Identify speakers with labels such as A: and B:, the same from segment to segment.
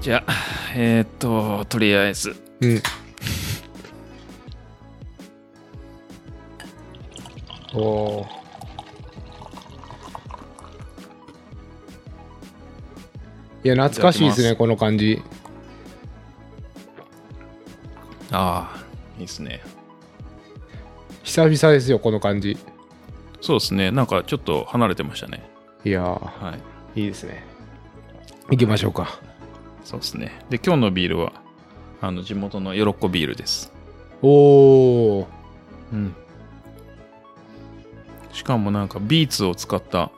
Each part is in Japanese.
A: じゃあ、えーっと、とりあえず。
B: うん。おーいや、懐かしいです
A: や
B: ね、
A: ってます
B: この感じ。
A: ああ、いいですね。
B: 久々ですよ、この感じ。
A: そうですね。なんかちょっと離れてましたね。
B: いやー、
A: はい。
B: いいですね。行きましょうか。
A: そうですね。で、今日のビールは、あの、地元のよろっこビールです。
B: おー、
A: うん。しかもなんかビーツを使った、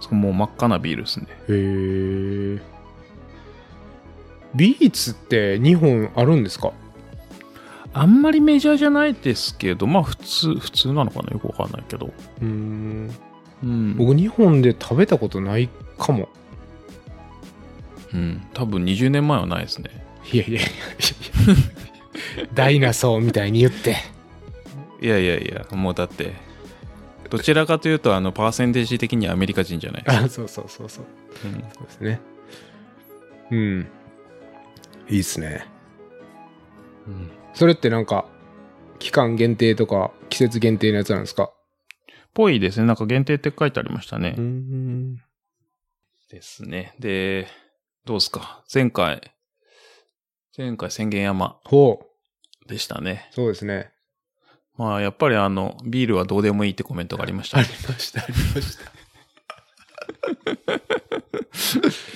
A: そうもう真っ赤なビールですね。
B: へー。ビーツって2本あるんですか
A: あんまりメジャーじゃないですけど、まあ普通、普通なのかなよくわかんないけど。
B: うーん。
A: うん。
B: 僕、2本で食べたことないかも。
A: うん。多分20年前はないですね。
B: いやいやいやいやダイナソーみたいに言って。
A: いやいやいや、もうだって、どちらかというと、あの、パーセンテージ的にアメリカ人じゃない。
B: あ、そうそうそうそう。
A: うん
B: そうですね。うん。いいっすね。それってなんか、期間限定とか、季節限定のやつなんですか
A: ぽいですね。なんか限定って書いてありましたね。
B: ん。
A: ですね。で、どうですか前回、前回宣言山
B: ほう。
A: でしたね。
B: そうですね。
A: まあ、やっぱりあの、ビールはどうでもいいってコメントがありました、ね。
B: ました、ありました。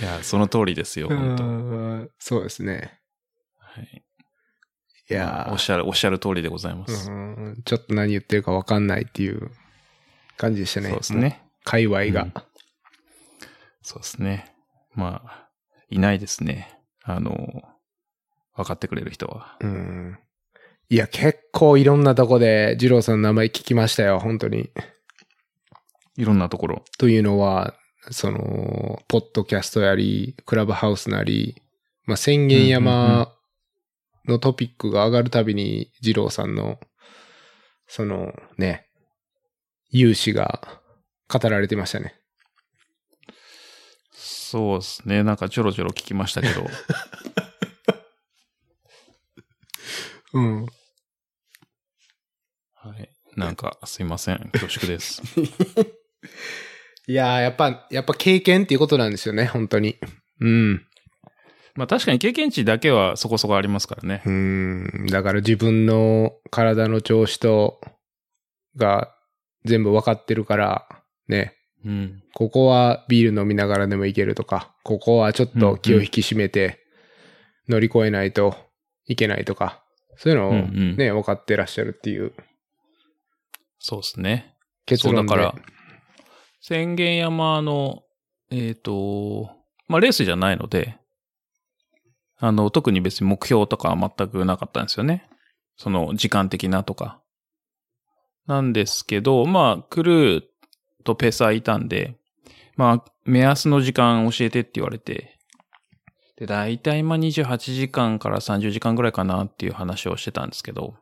A: いや、その通りですよ、本当
B: そうですね。
A: はい。
B: いや
A: おっしゃる、おっしゃる通りでございます。
B: ーうんちょっと何言ってるか分かんないっていう感じでしたね。
A: そうです。ね。
B: 界隈が。
A: うんそうですね。まあ、いないですね。あの、分かってくれる人は。
B: うん。いや、結構いろんなとこで二郎さんの名前聞きましたよ、本当に。
A: いろんなところ。
B: というのは、その、ポッドキャストやり、クラブハウスなり、まあ、宣言
A: うんうんうん
B: 山のトピックが上がるたびに、二郎さんの、そのね、勇姿が語られてましたね。
A: そうですね。なんかちょろちょろ聞きました けど。
B: うん。
A: はい。なんか、すいません。恐縮です。
B: いやー、やっぱ、やっぱ経験っていうことなんですよね、本当に。うん。
A: まあ確かに経験値だけはそこそこありますからね
B: う。ーん、だから自分の体の調子と、が全部わかってるから、ね、
A: うん。
B: ここはビール飲みながらでもいけるとか、ここはちょっと気を引き締めて乗り越えないといけないとか、そういうのを
A: うん
B: ね、
A: うん
B: 分かってらっしゃるっていう
A: そうですね。
B: 結
A: そうだ
B: 論で。
A: から、宣言山の、えっ、と、まあレースじゃないので、あの、特に別に目標とかは全くなかったんですよね。その、時間的なとか。なんですけど、まあ、クルーとペーサーいたんで、まあ、目安の時間教えてって言われて、で、大体まあ28時間から30時間ぐらいかなっていう話をしてたんですけど、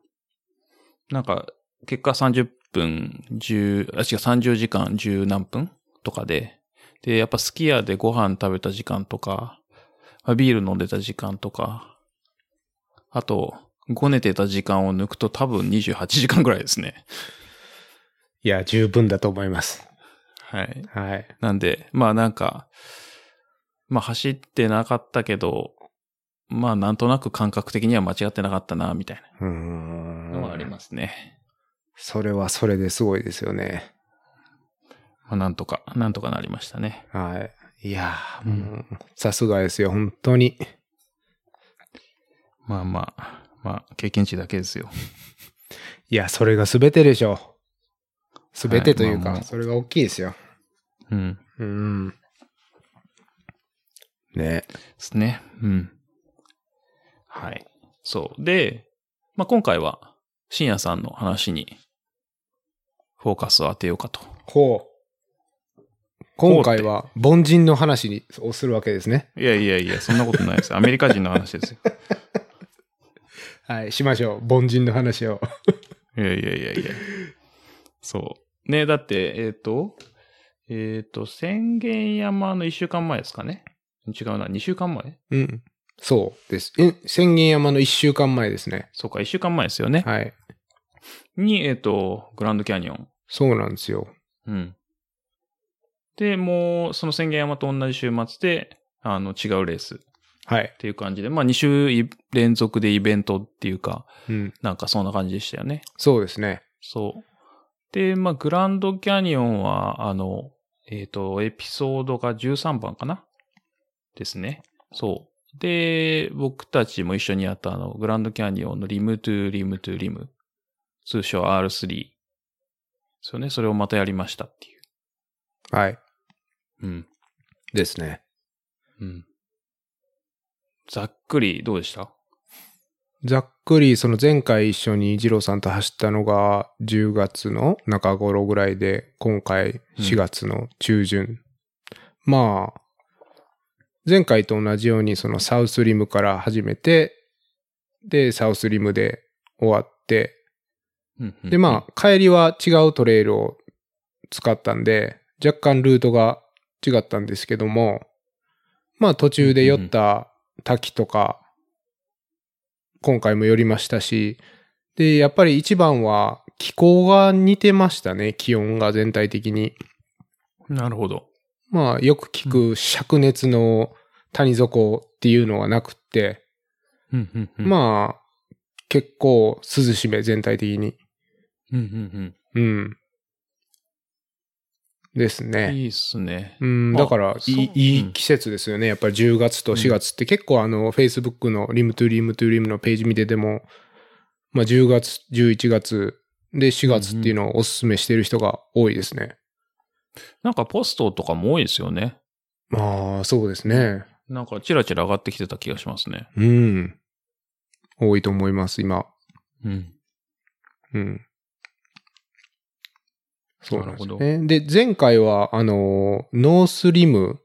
A: なんか、結果30分、10、あ、違う、30時間、10何分とかで、で、やっぱスキヤでご飯食べた時間とか、まあビール飲んでた時間とか、あと、ごねてた時間を抜くと多分28時間ぐらいですね。
B: いや、十分だと思います。
A: はい。
B: はい。
A: なんで、まあなんか、まあ走ってなかったけど、まあなんとなく感覚的には間違ってなかったな、みたいう
B: ー
A: なのはあり
B: ん。
A: ますね。
B: それはそれですごいですよね。
A: まあなんとか、なんとかなりましたね。
B: はい。いや
A: う
B: ー、もうさすがですよ、本当に。
A: まあまあ、まあ経験値だけですよ。
B: いや、それが全てでしょう。全てとい
A: はい
B: う
A: まあ
B: か、
A: もう
B: それが大きいですよ。
A: うん。
B: うん。ね。
A: ですね。うん。はい。そう。で、まあ今回は、深夜さんの話に、フォーカスを当てようかと。
B: ほう。今回は凡人の話にをするわけですね。
A: いやいやいや、そんなこと ないです。アメリカ人の話ですよ。
B: はい、しましょう。凡人の話を。
A: いやいやいやいや。そう。ねだって、えっ、と、えっ、と、宣言山の一週間前ですかね。違うな、2週間前
B: うん。そうです。え、宣言山の1週間前ですね。
A: そうか、1週間前ですよね。
B: はい。
A: に、えっ、と、グランドキャニオン。
B: そうなんですよ。
A: うん。で、もう、その宣言山と同じ週末で、あの、違うレースっ
B: はい。
A: ていう感じで、まあ、2週い連続でイベントっていうか、
B: うん。
A: なんかそんな感じでしたよね。
B: そうですね。
A: そう。で、まあ、グランドキャニオンは、あの、えっ、と、エピソードが13番かなですね。そう。で、僕たちも一緒にやったあの、グランドキャニオンのリムトゥリムトゥリム。通称 R3。ですよね。それをまたやりましたっていう。
B: はい。
A: うん。
B: ですね。
A: うん。ざっくりどうでした
B: ざっくり、その前回一緒に二郎さんと走ったのが10月の中頃ぐらいで、今回
A: うん
B: 4月の中旬。まあ、前回と同じようにそのサウスリムから始めて、で、サウスリムで終わって、
A: うん、うん。
B: で、まあ、帰りは違うトレイルを使ったんで、若干ルートが違ったんですけども、まあ途中で寄った滝とか、今回も寄りましたし、で、やっぱり一番は気候が似てましたね、気温が全体的に。
A: あ。なるほど。
B: まあ、よく聞く灼熱の谷底っていうのはなくって、
A: うん、うん、うん。あ。
B: まあ、結構涼しめ、全体的に。
A: うん、うん、
B: うん。です
A: う
B: ね。
A: ん。いいっすね。
B: うん、
A: まあ
B: だからい
A: そう
B: い、い
A: うん
B: い季節ですよね。やっぱり10月と4月って結構あの、Facebook のリムトゥリムトゥリムのページ見てても、まあ10月、11月で4月っていうのをおすすめしてる人が多いですね。
A: なんかポストとかも多いですよね。
B: まあ、そうですね。
A: なんかチラチラ上がってきてた気がしますね。
B: うん。多いと思います、今。
A: うん。
B: うん。そうなんですよ
A: な
B: ね。で、前回は、あの、ノースリム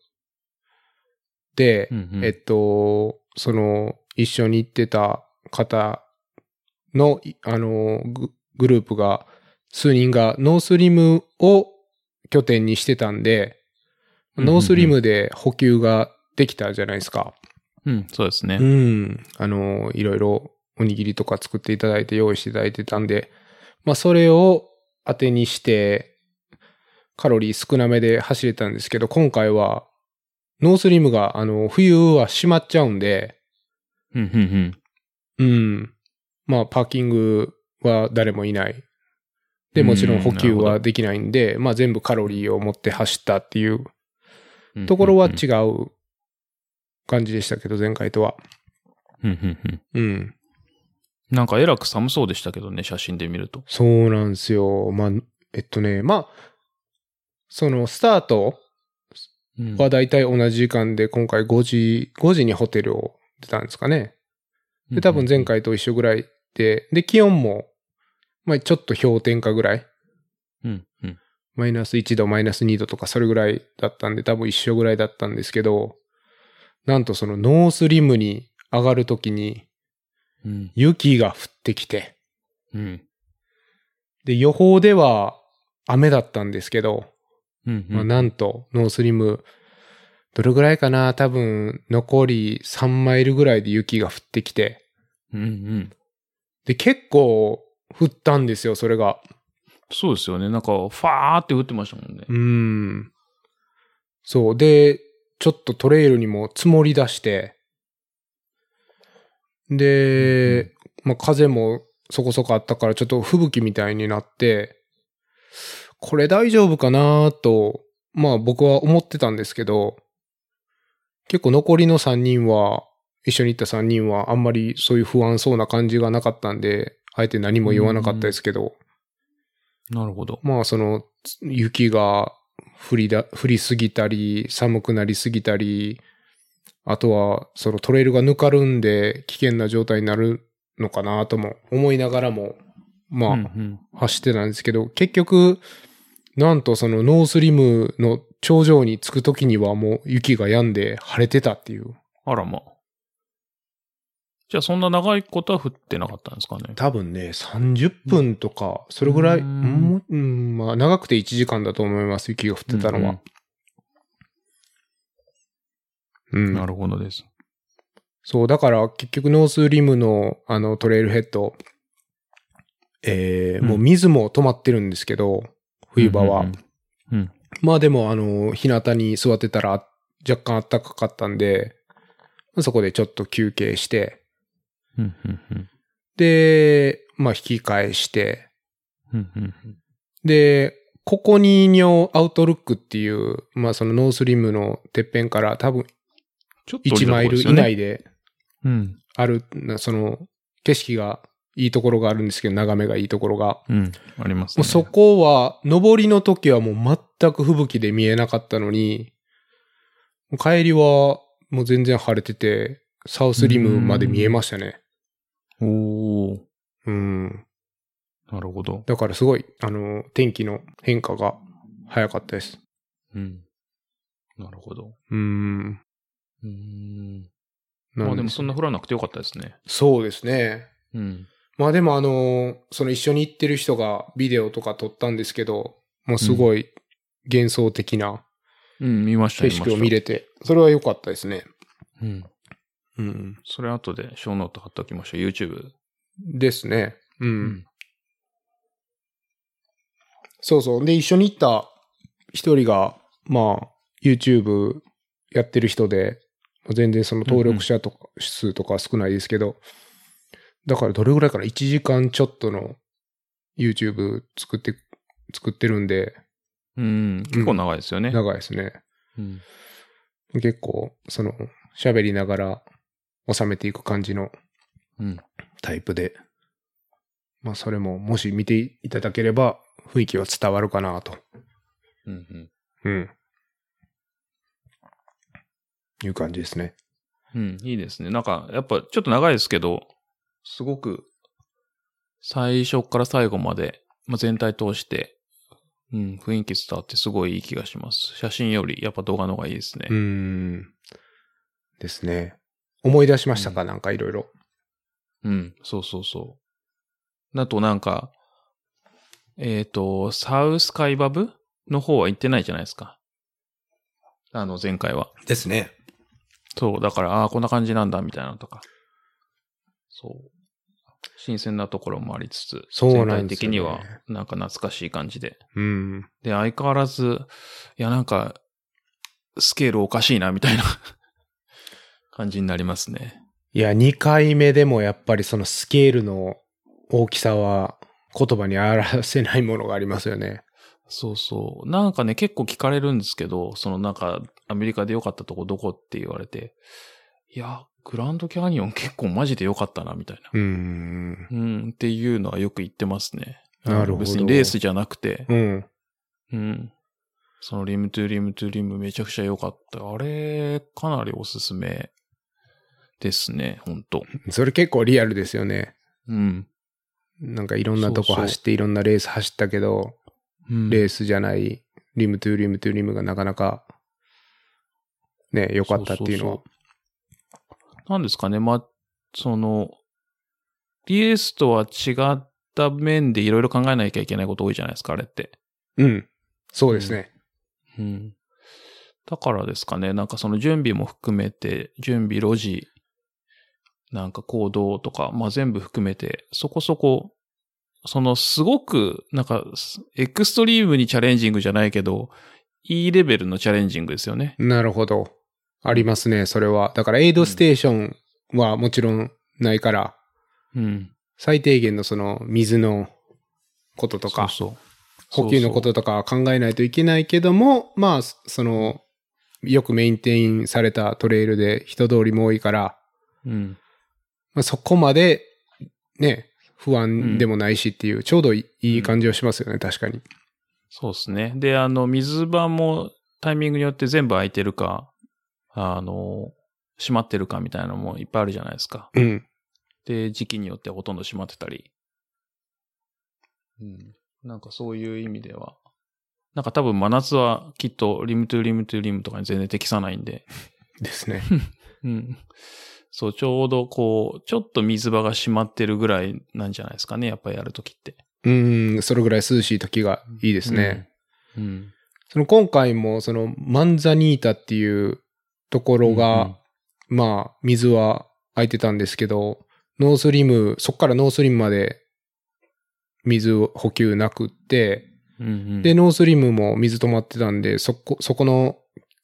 B: で、
A: うんうん、
B: えっと、その、一緒に行ってた方の、いあの、ググループが、数人がノースリムを拠点にしてたんで、
A: うんうんうん
B: ノースリムで補給ができたじゃないですか。
A: うん、そうですね。
B: うん。あの、いろいろおにぎりとか作っていただいて用意していただいてたんで、まあそれを当てにして、カロリー少なめで走れたんですけど、今回は、ノースリムが、あの、冬は閉まっちゃうんで、
A: うん、うん、うん。
B: うん。まあ、パーキングは誰もいない。で、もちろん補
A: う
B: 給
A: んなるほど
B: はできないんで、まあ全部カロリーを持って走ったっていうところは違う感じでしたけど、前回とは。
A: うん、うん、うん。
B: うん。
A: なんかえらく寒そうでしたけどね、写真で見ると。
B: そうなんですよ。まあ、えっとね、まあ、そのスタート
A: うん
B: はだいたい同じ時間で、今回5時、5時にホテルを出たんですかね。で、多分前。回と一緒ぐらいで、で、気温も、まあ、ちょっと氷点下ぐらい、
A: うん、うん。
B: マイナス1度、マイナス2度とか、それぐらいだったんで、多分一緒ぐらいだったんですけど、なんとそのノースリムに上がるときに、
A: うん、
B: 雪が降ってきて、
A: うん。
B: で、予報では雨だったんですけど、
A: うん、
B: まあ、なんと、ノースリム、どれぐらいかな多分、残り3マイルぐらいで雪が降ってきて。
A: うん、うん。
B: で、結構降ったんですよ、それが。
A: そうですよね。なんか、ファーって降ってましたもんね
B: う。ーん。そう。で、ちょっとトレイルにも積もり出して。で、まあ、風もそこそこあったから、ちょっと吹雪みたいになって、これ大丈夫かなと、まあ僕は思ってたんですけど、結構残りの3人は、一緒に行った3人はあんまりそういう不安そうな感じがなかったんで、あえて何も言わなかったですけど、
A: なるほど。
B: まあそのつ雪が降りだ、降りすぎたり、寒くなりすぎたり、あとはそのトレイルがぬかるんで危険な状態になるのかなとも思いながらも、まあ、
A: うんうん、
B: 走ってたんですけど、結局、なんとそのノースリムの頂上に着く時にはもう雪が止んで晴れてたっていう。
A: あらまあ。じゃあ、そんな長いことは降ってなかったんですかね。
B: 多分ね、30分とか、それぐらい、
A: う
B: うんんうんまあ長くて1時間だと思います、雪が降ってたのは。うん。
A: なるほどです。
B: そう、だから結局ノースリムのあのトレイルヘッド、えー
A: うん
B: もう水も止まってるんですけど、冬場は。
A: うんうんうんうん
B: まあでも、あの、日向に座ってたら若干暖かかったんで、そこでちょっと休憩して、
A: うんうんうん
B: で、まあ引き返して、
A: うんうん
B: で、ここにニョアウトルックっていう、まあそのノースリムのてっぺんから多分
A: ちょっと
B: 1マイル以内で
A: うん。
B: ある、なその景色がいいところがあるんですけど、眺めがいいところが。
A: うん。あります
B: もう
A: ね。
B: そこは、登りの時はもう全く吹雪で見えなかったのに、もう帰りはもう全然晴れてて、サウスリムまで見えましたね。
A: おー
B: うん。
A: なるほど。
B: だからすごい、あの、天気の変化が早かったです。
A: うん。なるほど。
B: うん。
A: うん。
B: な
A: ま
B: ん
A: あ
B: す
A: でもそんな降らなくてよかったですね。
B: そうですね。
A: うん。
B: まあでもあの、その一緒に行ってる人がビデオとか撮ったんですけど、もうすごい幻想的な
A: うん、見ました
B: 景色を見。れて、それは良かったですね。
A: 見ましたうん。
B: うん。
A: それ後で小ノート貼っておきましょう。YouTube。
B: ですね。うん。
A: うん
B: そうそう。で、一緒に行った一人が、まあ、YouTube やってる人で、全然その登録者とか、数とか少ないですけど、だからどれぐらいかな ?1 時間ちょっとの YouTube 作って、作ってるんで、
A: うん。結構長いですよね。
B: 長いですね。
A: うん。
B: 結構、その、喋りながら収めていく感じの
A: うん。
B: タイプで、まあそれももし見ていただければ雰囲気は伝わるかなと、
A: うんうん。
B: うん。いう感じですね。
A: うん、いいですね。なんか、やっぱちょっと長いですけど、すごく、最初から最後まで、まあ、全体通して、うん、雰囲気伝わってすごいいい気がします。写真より、やっぱ動画の方がいいですね。
B: うーん。ですね。思い出しましたか、なんかいろいろ。
A: うん、そうそうそう。だとなんか、えっ、と、サウスカイバブの方は行ってないじゃないですか。あの、前回は。
B: ですね。
A: そう、だから、ああー、こんな感じなんだ、みたいなのとか。そう。新鮮なところもありつつ、
B: そうな
A: 全
B: ん
A: 体
B: です
A: 的
B: よね
A: には、なんか懐かしい感じで。
B: うん。
A: で、相変わらず、いや、なんか、スケールおかしいな、みたいな 感じになりますね。
B: いや、2回目でもやっぱりそのスケールの大きさは言葉に表せないものがありますよね。
A: そうそう。なんかね、結構聞かれるんですけど、そのなんか、アメリカで良かったとこどこって言われて、いや、グランドキャニオン結構マジで良かったな、みたいな。
B: うーん。
A: うん、っていうのはよく言ってますね。
B: なるほど
A: 別にレースじゃなくて、
B: うん。
A: うん。そのリムトゥリムトゥリムめちゃくちゃ良かった。あれ、かなりおすすめですね、ほんと。
B: それ結構リアルですよね。
A: うん。
B: なんかいろんなと
A: そ
B: こ
A: うそう
B: 走っていろんなレース走ったけど、
A: うん、
B: レースじゃない、リムトゥーリムトゥーリムがなかなか、ね、良かったっていうのは
A: そ。なんですかね、まあ、その、レースとは違った面でいろいろ考えなきゃいけないこと多いじゃないですか、あれって。
B: うん。そうですね。
A: うん。だからですかね、なんかその準備も含めて、準備、路地、なんか行動とか、まあ全部含めて、そこそこ、そのすごく、なんか、すエクストリームにチャレンジングじゃないけど、いいレベルのチャレンジングですよね。
B: なるほど。ありますね、それは。だからエイドステーションはもちろんないから、
A: うん。
B: 最低限のその水のこととか、
A: そうそう
B: 補給のこ
A: そう
B: ととかは考えないといけないけども、まあ、その、よくメインテインされたトレイルで人通りも多いから、
A: そううん。
B: まあ、そこまで、ね、不安でもないしっていう、ちょうどいいいい感じはしますよね、確かに。
A: そうですね。で、あの、水場もタイミングによって全部空いてるか、あの、閉まってるかみたいなのもいっぱいあるじゃないですか。
B: うん。
A: で、時期によってはほとんど閉まってたり。うん。なんかそういう意味では。なんか多分真夏はきっとリムトゥリムトゥリムとかに全然適さないんで。
B: で すね。
A: うん。そう、ちょうどこう、ちょっと水場が閉まってるぐらいなんじゃないですかね。やっぱりやるときって。
B: うん、それぐらい涼しい時がいいですね。
A: うん。
B: その今回も、その、マンザニータっていうところが、
A: うん
B: まあ、水は空いてたんですけど、ノースリム、そっからノースリムまで水補給なくって、
A: うんうん
B: で、ノースリムも水止まってたんで、そこ、そこの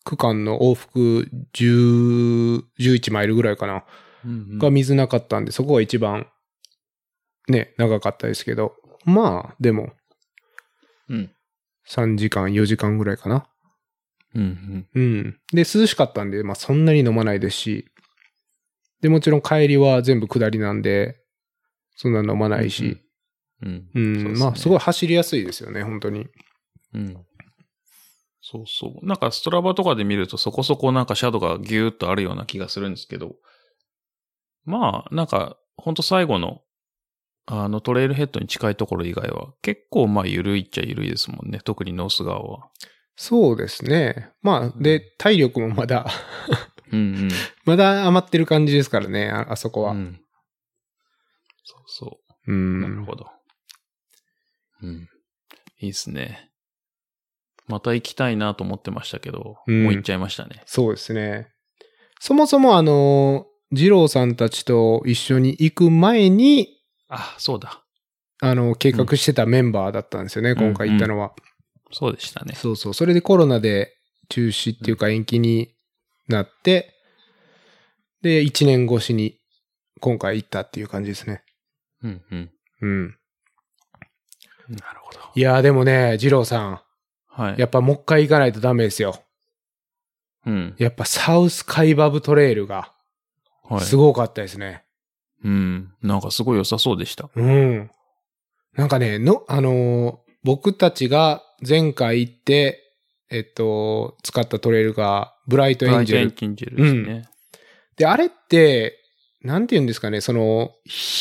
B: 区間の往復10、11マイルぐらいかな、
A: うんうん
B: が水なかったんで、そこが一番、ね、長かったですけど、まあ、でも、
A: うん
B: 3時間、4時間ぐらいかな。
A: うんうん
B: うん。で、涼しかったんで、まあそんなに飲まないですし、で、もちろん帰りは全部下りなんで、そんな飲まないし、
A: うん
B: うん、
A: そうですね
B: まあすごい走りやすいですよね、本当に。
A: うん。そうそう。なんかストラバとかで見るとそこそこなんかシャドウがギューッとあるような気がするんですけど、まあ、なんか、ほんと最後の、あのトレイルヘッドに近いところ以外は、結構まあ緩いっちゃ緩いですもんね。特にノース側は。
B: そうですね。まあ、で、体力もまだ、
A: うん
B: まだ余ってる感じですからね、ああそこ
A: うん。
B: は。
A: う
B: うん。
A: ん、そうそう。なるほど。うん。いいですね。また行きたいなと思ってましたけど、
B: うん
A: もう行っちゃいましたね。
B: そうですね。そもそもあの、二郎さんたちと一緒に行く前に、
A: あ、そうだ。
B: あの、計画してたメンバーだったんですよね、今回行ったのは。
A: そうでしたね。
B: そうそう。それでコロナで中止っていうか延期になって、で、1年越しに今回行ったっていう感じですね。
A: うんうん。
B: うん。
A: なるほど。
B: いやーでもね、二郎さ
A: はい。
B: ん、やっぱもう一回行かないとダメですよ。
A: うん。
B: やっぱサウスカイバブトレイルが
A: はい。
B: すごかったですね。
A: うん。なんかすごい良さそうでした。
B: うん。なんかね、の、あのー僕たちが前回行って、えっと、使ったトレイルがブライトエンジェル
A: ンキンジェルですね。
B: で、あれって、なんて言うんですかね、その、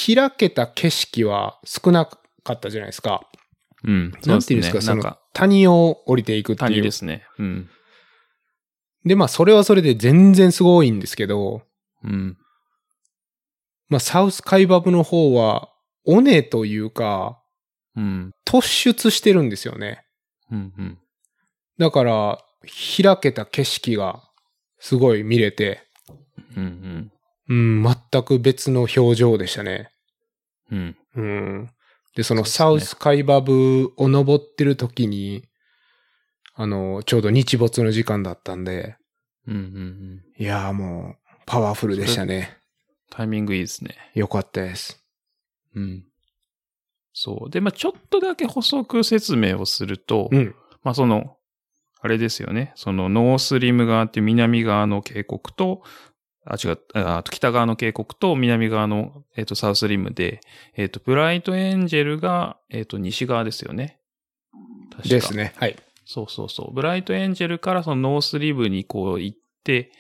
B: 開けた景色は少なかったじゃないですか。
A: うん。
B: なんて言うんで
A: そ
B: すか、
A: ねな
B: そ
A: ん
B: の
A: か、、
B: 谷を降りていくっていう。
A: 谷ですね。うん。
B: でまあ、それはそれで全然すごいんですけど、
A: うん。
B: まあ、サウスカイバブの方は、尾根というか、
A: うん。
B: 突出してるんですよね。
A: うん。うん。
B: だから、開けた景色が、すごい見れて、
A: うん。
B: うん、全く別の表情でしたね。
A: うん。うん。
B: うん。で、そのサ
A: そう
B: ウ
A: ですね
B: スカイバブを登ってる時に、あの、ちょうど日没の時間だったんで、
A: うん。うん。
B: いやーもう、パワフルでしたね。
A: タイミングいいですね。
B: よかったです。
A: うん。そう。で、まあちょっとだけ補足説明をすると、
B: うん。
A: まあその、あれですよね。そのノースリム側っていう南側の渓谷と、あ、違う、ああと北側の渓谷と南側の、えっ、と、サウスリムで、えっ、と、ブライトエンジェルが、えっ、と、西側ですよね。確か
B: ですね。はい。
A: そうそうそう。ブライトエンジェルからそのノースリブにこう行って、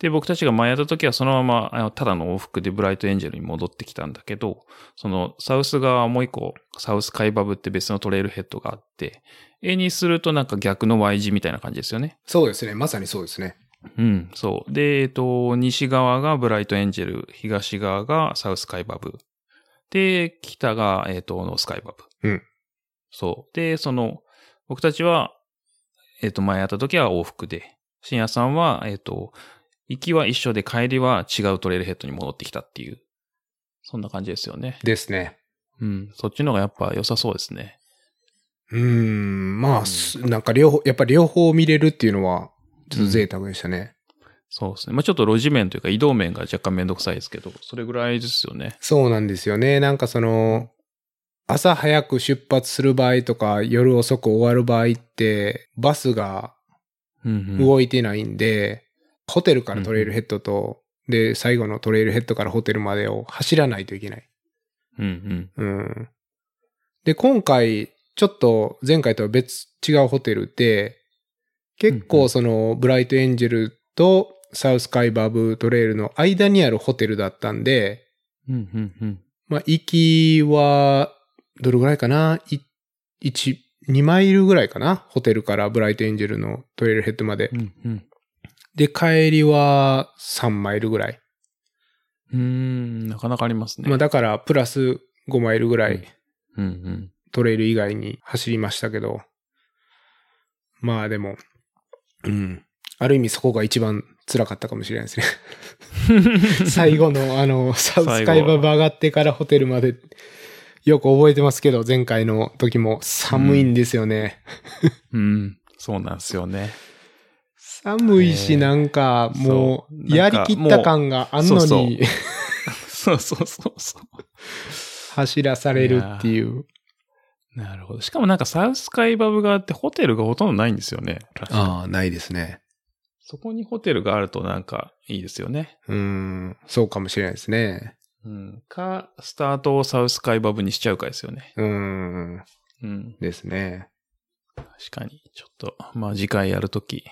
A: で、僕たちが前やった時はそのままあの、ただの往復でブライトエンジェルに戻ってきたんだけど、そのサウス側はもう一個、サウスカイバブって別のトレイルヘッドがあって、絵にするとなんか逆の Y 字みたいな感じですよね。
B: そうですね。まさにそうですね。
A: うん、そう。で、えっと、西側がブライトエンジェル、東側がサウスカイバブ。で、北が、えっと、ノースカイバブ。
B: うん。
A: そう。で、その、僕たちは、えっと、前やった時は往復で、深夜さんは、えっと、行きは一緒で帰りは違うトレイルヘッドに戻ってきたっていう、そんな感じですよね。
B: ですね。
A: うん。そっちの方がやっぱ良さそうですね。
B: うーん、
A: う
B: まあ、
A: ん
B: すなんか両方、やっぱり両方見れるっていうのは、ちょっと贅沢でしたね。
A: そうですね。まあちょっと路地面というか移動面が若干めんどくさいですけど、それぐらいですよね。
B: そうなんですよね。なんかその、朝早く出発する場合とか、夜遅く終わる場合って、バスが
A: うん、うん。
B: 動いてないんで、ホテルからトレイルヘッドと、で、最後のトレイルヘッドからホテルまでを走らないといけない。
A: うんうん。
B: うん。で、今回、ちょっと前回とは別、違うホテルで、結
A: うんう
B: 構
A: ん
B: その、ブライトエンジェルとサウスカイバブトレイルの間にあるホテルだったんで、
A: うんうんうん。
B: まあ、行きは、どれぐらいかな ?1、2マイルぐらいかなホテルからブライトエンジェルのトレイルヘッドまで
A: う。んうん。
B: で、帰りは3マイルぐらい。
A: うーん、なかなかありますね。
B: まあだから、プラス5マイルぐら
A: うん
B: い
A: うんうん。
B: トレイル以外に走りましたけど。まあでも、うん。ある意味そこが一番辛かったかもしれない ですね。 最後のあの、サウスカイバブ上がってからホテルまで、よく覚えてますけど、前回の時も寒いんですよね。
A: うん。そうなんですよね。
B: 寒いし、
A: ね
B: なんか、も
A: そう
B: う、やりきっ
A: なんか
B: た
A: もう
B: 感があんの
A: そうそう
B: に
A: そうそう そうそう。
B: 走らされるっていう。
A: なるほど。しかもなんかサウスカイバブがあってホテルがほとんどないんですよね。
B: あ、ないですね。
A: そこにホテルがあるとなんかいいですよね。
B: うーん、そうかもしれないですね。
A: うん。か、スタートをサウスカイバブにしちゃうかですよね。
B: うーん、
A: うん。
B: ですね。
A: 確かに。ちょっと、まあ次回やるとき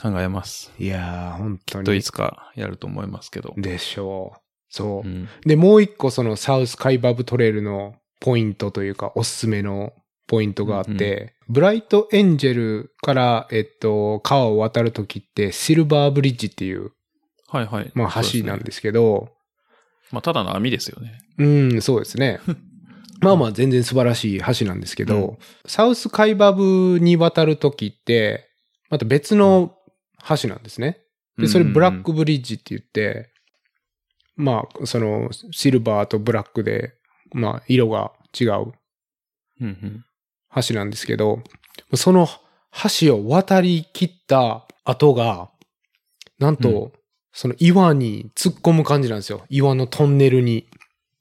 A: 考えます。
B: いやー、本当
A: とい
B: に。
A: つかやると思いますけど。
B: でしょう。そうう。
A: ん。
B: で、もう一個そのサウスカイバブトレイルのポイントというか、おすすめのポイントがあって、
A: うんう
B: ブライトエンジェルから、えっと、川を渡るときって、シルバーブリッジっていう、
A: はいはい。
B: まあ橋なん
A: そうですね
B: ですけど、
A: まあただの網ですよね。
B: うん、そうです ね。まあまあ全然素晴らしい橋なんですけど、
A: う
B: サウスカイバブに渡るときって、また別の橋なんですね。で、それブラックブリッジって言って、まあ、その、シルバーとブラックで、まあ、色が違う
A: うんうん。
B: 橋なんですけど、その橋を渡り切った後が、なんと、
A: う
B: その岩に突っ込む感じなんですよ。岩のトンネルに。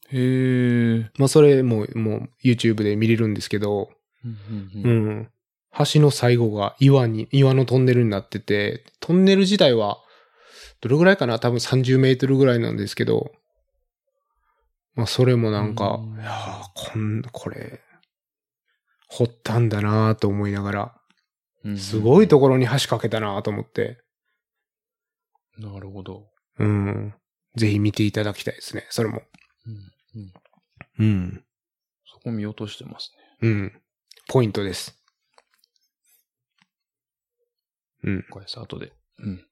A: へえ。
B: まあ、それも、もう YouTube で見れるんですけど、
A: うんうん
B: う
A: うん
B: ん。橋の最後が岩に、岩のトンネルになってて、トンネル自体は、どれぐらいかな多分30メートルぐらいなんですけど、まあそれもなんか、
A: うん
B: いやーこん、これ、掘ったんだなーと思いながら、
A: うん
B: すごいところに橋かけたなーと思って、
A: なるほど。
B: うん。ぜひ見ていただきたいですね、それも。
A: うんうん
B: うん。
A: そこ見落としてますね。
B: うん。ポイントです。うん。
A: これさ、後で。うん。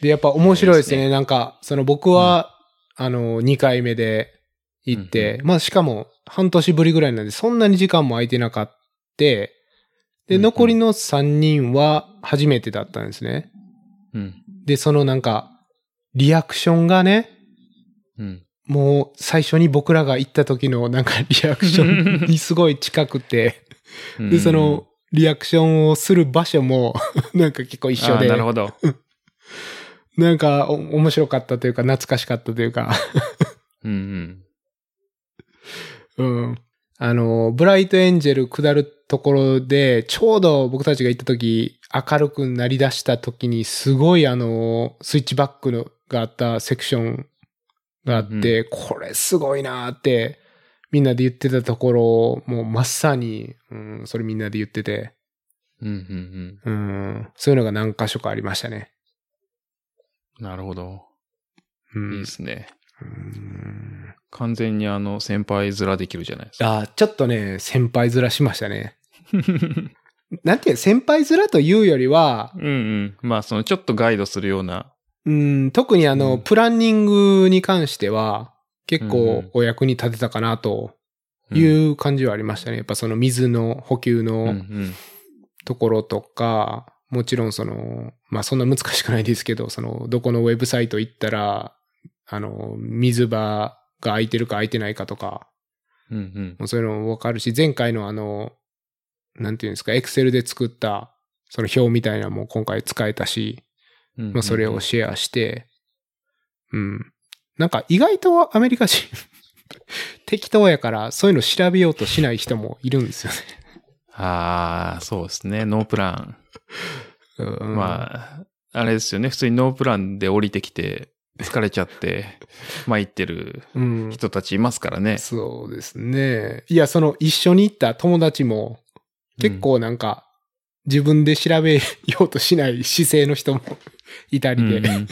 B: で、やっぱ面白いです
A: いい
B: ね。なんか、その僕は、あの、2回目で行って、まあしかも半年ぶりぐらいなんで、そんなに時間も空いてなかって、
A: うんう
B: で、
A: ん
B: 残りの3人は初めてだったんですね。
A: うん。
B: で、そのなんか、リアクションがね、
A: うん。
B: もう最初に僕らが行った時のなんかリアクションにすごい近くて、
A: うん
B: で、その、リアクションをする場所も、 なんか結構一緒
A: あー
B: で、
A: なるほど。
B: なんかお面白かったというか、懐かしかったというか、
A: うんうん。
B: うん。あの、ブライトエンジェル下るところで、ちょうど僕たちが行った時、明るくなりだした時に、すごいあの、スイッチバックのがあったセクションがあって、これすごいなーって、みんなで言ってたところを、もうまさに、うん、それみんなで言ってて、
A: うんうん
B: うん、そういうのが何箇所かありましたね。
A: うん。なるほど。
B: う
A: いい
B: ん
A: で。すね。
B: うん
A: 完全にあの、先輩面できるじゃないですか。
B: あーちょっとね、先輩面しましたね。なんていう、先輩面というよりは、
A: うんうん。まあ、その、ちょっとガイドするような。
B: うん、特にあの、
A: うん
B: プランニングに関しては、結
A: うん
B: 構
A: うん
B: お役に立てたかなと
A: うん
B: い。う感じはありましたね。やっぱその水の補給
A: うんう
B: の
A: ん。
B: ところとか、もちろんその、まあそんな難しくないですけど、その、どこのウェブサイト行ったら、あの、水場が空いてるか空いてないかとか、
A: うんうん。
B: もうそういうのもわかるし、前回のあの、なんていうんですか、エクセルで作った、その表みたいなのも今回使えたし、
A: うんうん
B: まあ、それをシェアして、うん。なんか意外とアメリカ人、 適当やから、そういうの調べようとしない人もいるんで すよね。
A: ああ、そうですね。ノープラン。
B: うん、
A: まあ、あれですよね。普通にノープランで降りてきて、疲れちゃ って、参ってる
B: あ、うん。
A: 人たちいますからね。
B: そうですね。いや、その一緒に行った友達も、結構なんか、自分で調べようとしない姿勢の人も いた
A: う
B: り
A: ん、
B: で、
A: うんうん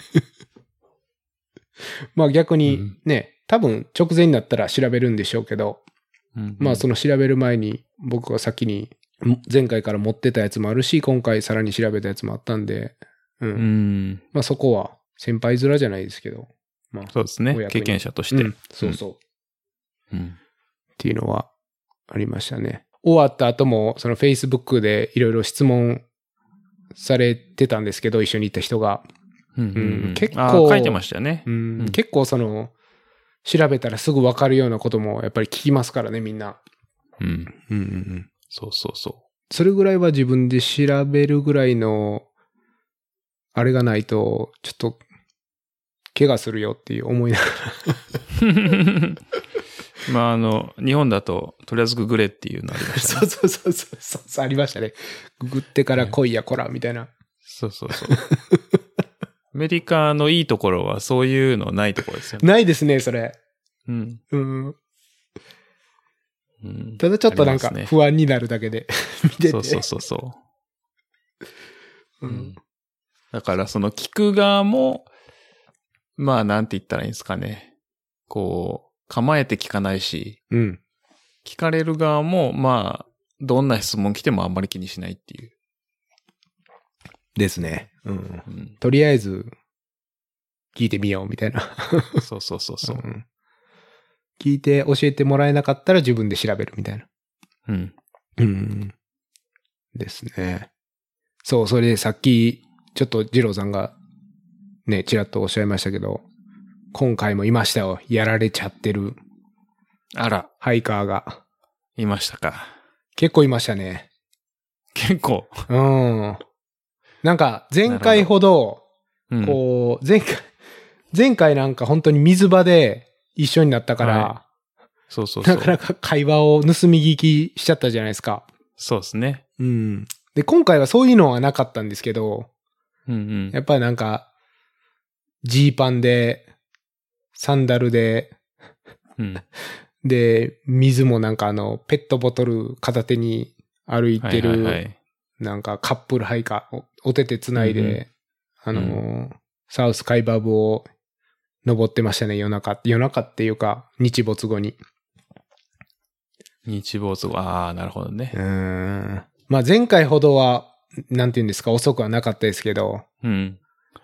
B: まあ逆
A: う
B: に
A: ん
B: ね、多分直前になったら調べるんでしょうけど、
A: うん
B: まあその調べる前に僕が先に前回から持ってたやつもあるし、今回さらに調べたやつもあったんで、うん。
A: うん。
B: まあそこは先輩面じゃないですけど、
A: そうです
B: お
A: ね。
B: 役に
A: 経験者として。
B: うんそうそう、っ
A: うん
B: ていうのはありましたね。終わった後もその Facebook でいろいろ質問されてたんですけど、一緒に行った人が。
A: うんうんうん
B: 結構
A: あー書いてましたよね
B: う。ん
A: うん
B: 結構その、調べたらすぐわかるようなこともやっぱり聞きますからね、みんな。
A: うん。そうそうそ
B: それぐらいは自分で調べるぐらいの、あれがないと、ちょっと、怪我するよっていう思いながら。
A: う。まあ、あの、日本だと、とりあえずググれっていうのありましたね。
B: そうそうそうそうそう、ありましたね。ググってから来いや、こら、みたいな。
A: そうそうそう。アメリカのいいところは、そういうのないところですよね。
B: ないですね、それ。
A: うん。
B: うん。
A: うん
B: ただちょっとなん
A: あ
B: か
A: ります
B: 不安になるだけで 見て
A: ね、
B: て。
A: そうそうそうそう。
B: う
A: うんん。だから、その聞く側も、まあ、なんて言ったらいいんですかね。こう、構えて聞かないし、
B: うん。
A: 聞かれる側も、まあ、どんな質問来てもあんまり気にしないっていう。
B: ですね。うん。
A: うん。
B: とりあえず、聞いてみようみたいな。
A: そうそうそうそう。
B: ん聞いて教えてもらえなかったら自分で調べるみたいな。
A: うん。
B: うん。ですね。そう、それでさっき、ちょっと二郎さんが、ね、ちらっとおっしゃいましたけど、今回もいましたよ。やられちゃってる
A: あら、
B: ハイカーが。
A: いましたか。
B: 結構いましたね。
A: 結構。
B: うん。なんか、前回ほど、
A: うん
B: こう、前回、前回なんか本当に水場で一緒になったから、
A: はそうそうそ
B: なかな
A: う。
B: か会話を盗み聞きしちゃったじゃないですか。
A: そうですね。
B: うん。で、今回はそういうのはなかったんですけど、
A: うんう
B: や
A: ん。
B: っぱりなんか、ジーパンで、サンダルで、
A: うん、
B: で、水もなんかあの、ペットボトル片手に歩いてる、
A: はいはいはい
B: なんかカップルハイカー、おお手手つないで、
A: ん
B: あのーサウスカイバブを登ってましたね、夜中。夜中っていうか、日没後に。
A: 日没後。ああ、なるほどね
B: う。ーん。まあ前回ほどは、なんて言うんですか、遅くはなかったですけど。
A: うん。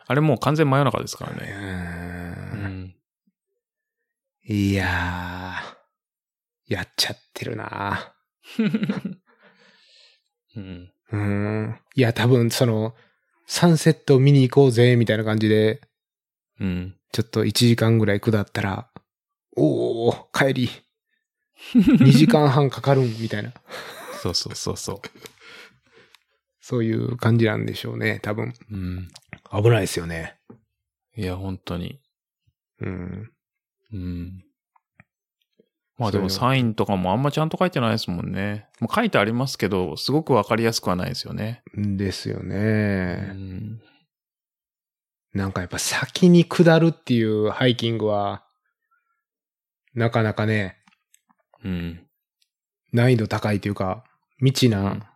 A: あれもう完全真夜中ですから
B: う
A: ね。う
B: ーん
A: ん。
B: いやー、やっちゃってるな
A: うん。
B: うーん。いや、多分その、サンセット見に行こうぜ、みたいな感じで、
A: うん。
B: ちょっと1時間ぐらい下ったら、おー、帰り、2時間半かかるん、みたいな、
A: そうそうそうそ
B: そういう感じなんでしょうね、多分。
A: う。うん。
B: 危ないですよね。
A: いや、本当に。
B: うん。
A: うん。まあでも
B: そう
A: サインとかもあんまちゃんと書いてないですもんね。まあ、書いてありますけど、すごくわかりやすくはないですよね。
B: ですよ
A: う
B: ね。
A: ん。
B: なんかやっぱ先に下るっていうハイキングは、なかなかね、
A: うん。
B: 難易度高いというか、未知
A: うん
B: な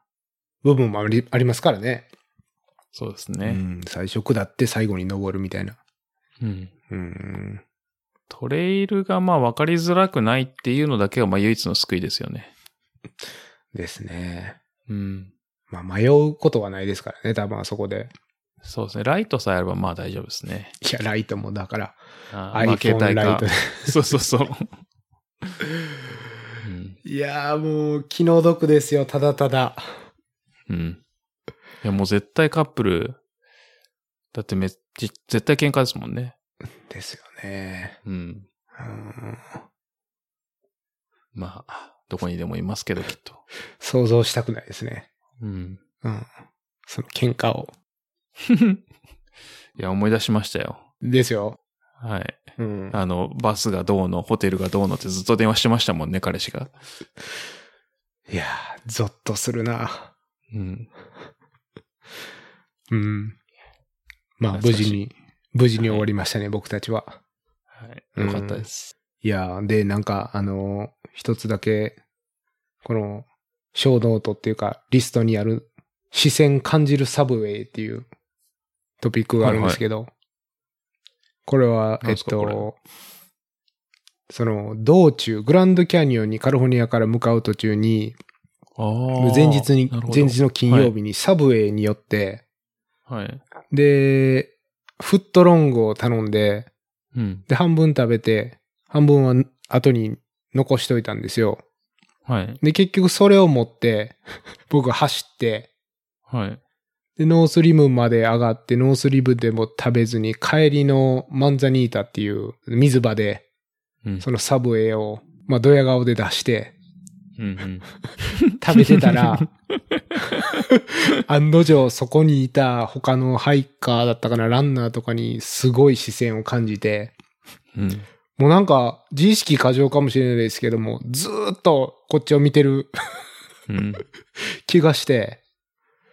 B: 部分もありありますからね。
A: そうです
B: う
A: ね。
B: ん、最初下って最後に登るみたいな。
A: うん。
B: うん、
A: トレイルがまあ分かりづらくないっていうのだけがまあ唯一の救いですよね。
B: ですね。
A: うん。
B: まあ迷うことはないですからね、多分あそこで。
A: そうですね。ライトさえあればまあ大丈夫ですね。
B: いや、ライトもだから、
A: あーまあ
B: iPhone ライト。。
A: そうそう そう。うん。
B: いやーもう気の毒ですよ、ただただ。
A: うん。いやもう絶対カップル、だってめっちゃ、絶対喧嘩ですもんね。
B: ですよね。
A: うん。
B: うん、
A: まあ、どこにでもいますけど、きっと。
B: 想像したくないですね。
A: うん。
B: うん、その喧嘩を。
A: いや、思い出しましたよ。
B: ですよ。
A: はい。
B: うん、
A: あの、バスがどうの、ホテルがどうのってずっと電話してましたもんね、彼氏が。
B: いやー、ゾッとするな。
A: うん。
B: うん。まあ、無
A: 懐かし
B: 事
A: い
B: に、無事に終わりましたね、僕たちは。
A: はい。よかったです。
B: いやー、で、なんか、あのー一つだけ、この、小ノートっていうか、リストにある、視線感じるサブウェイっていうトピックがあるんですけど、これは、
A: な
B: え
A: ん
B: っ
A: すかこれ
B: と、その、道中、グランドキャニオンにカルフォルニアから向かう途中に、
A: ああ。
B: 前日に
A: なるほ、ど
B: 前日の金曜日にサブウェイによって、
A: はい。
B: で、フットロングを頼んで、
A: うん。
B: で、半分食べて、半分は後に残しといたんですよ。
A: はい。
B: で、結局それを持って、僕走って、
A: はい。
B: で、ノースリムまで上がって、ノースリムでも食べずに、帰りのマンザニータっていう水場で、
A: うん
B: そのサブウェイを、まあ、ドヤ顔で出して、
A: うん
B: 食べてたら、案の定そこにいた他のハイカーだったかな、ランナーとかにすごい視線を感じて、
A: うんうん
B: もうなんか、自意識過剰かもしれないですけども、ずーっとこっちを見てる
A: うん
B: 気がして、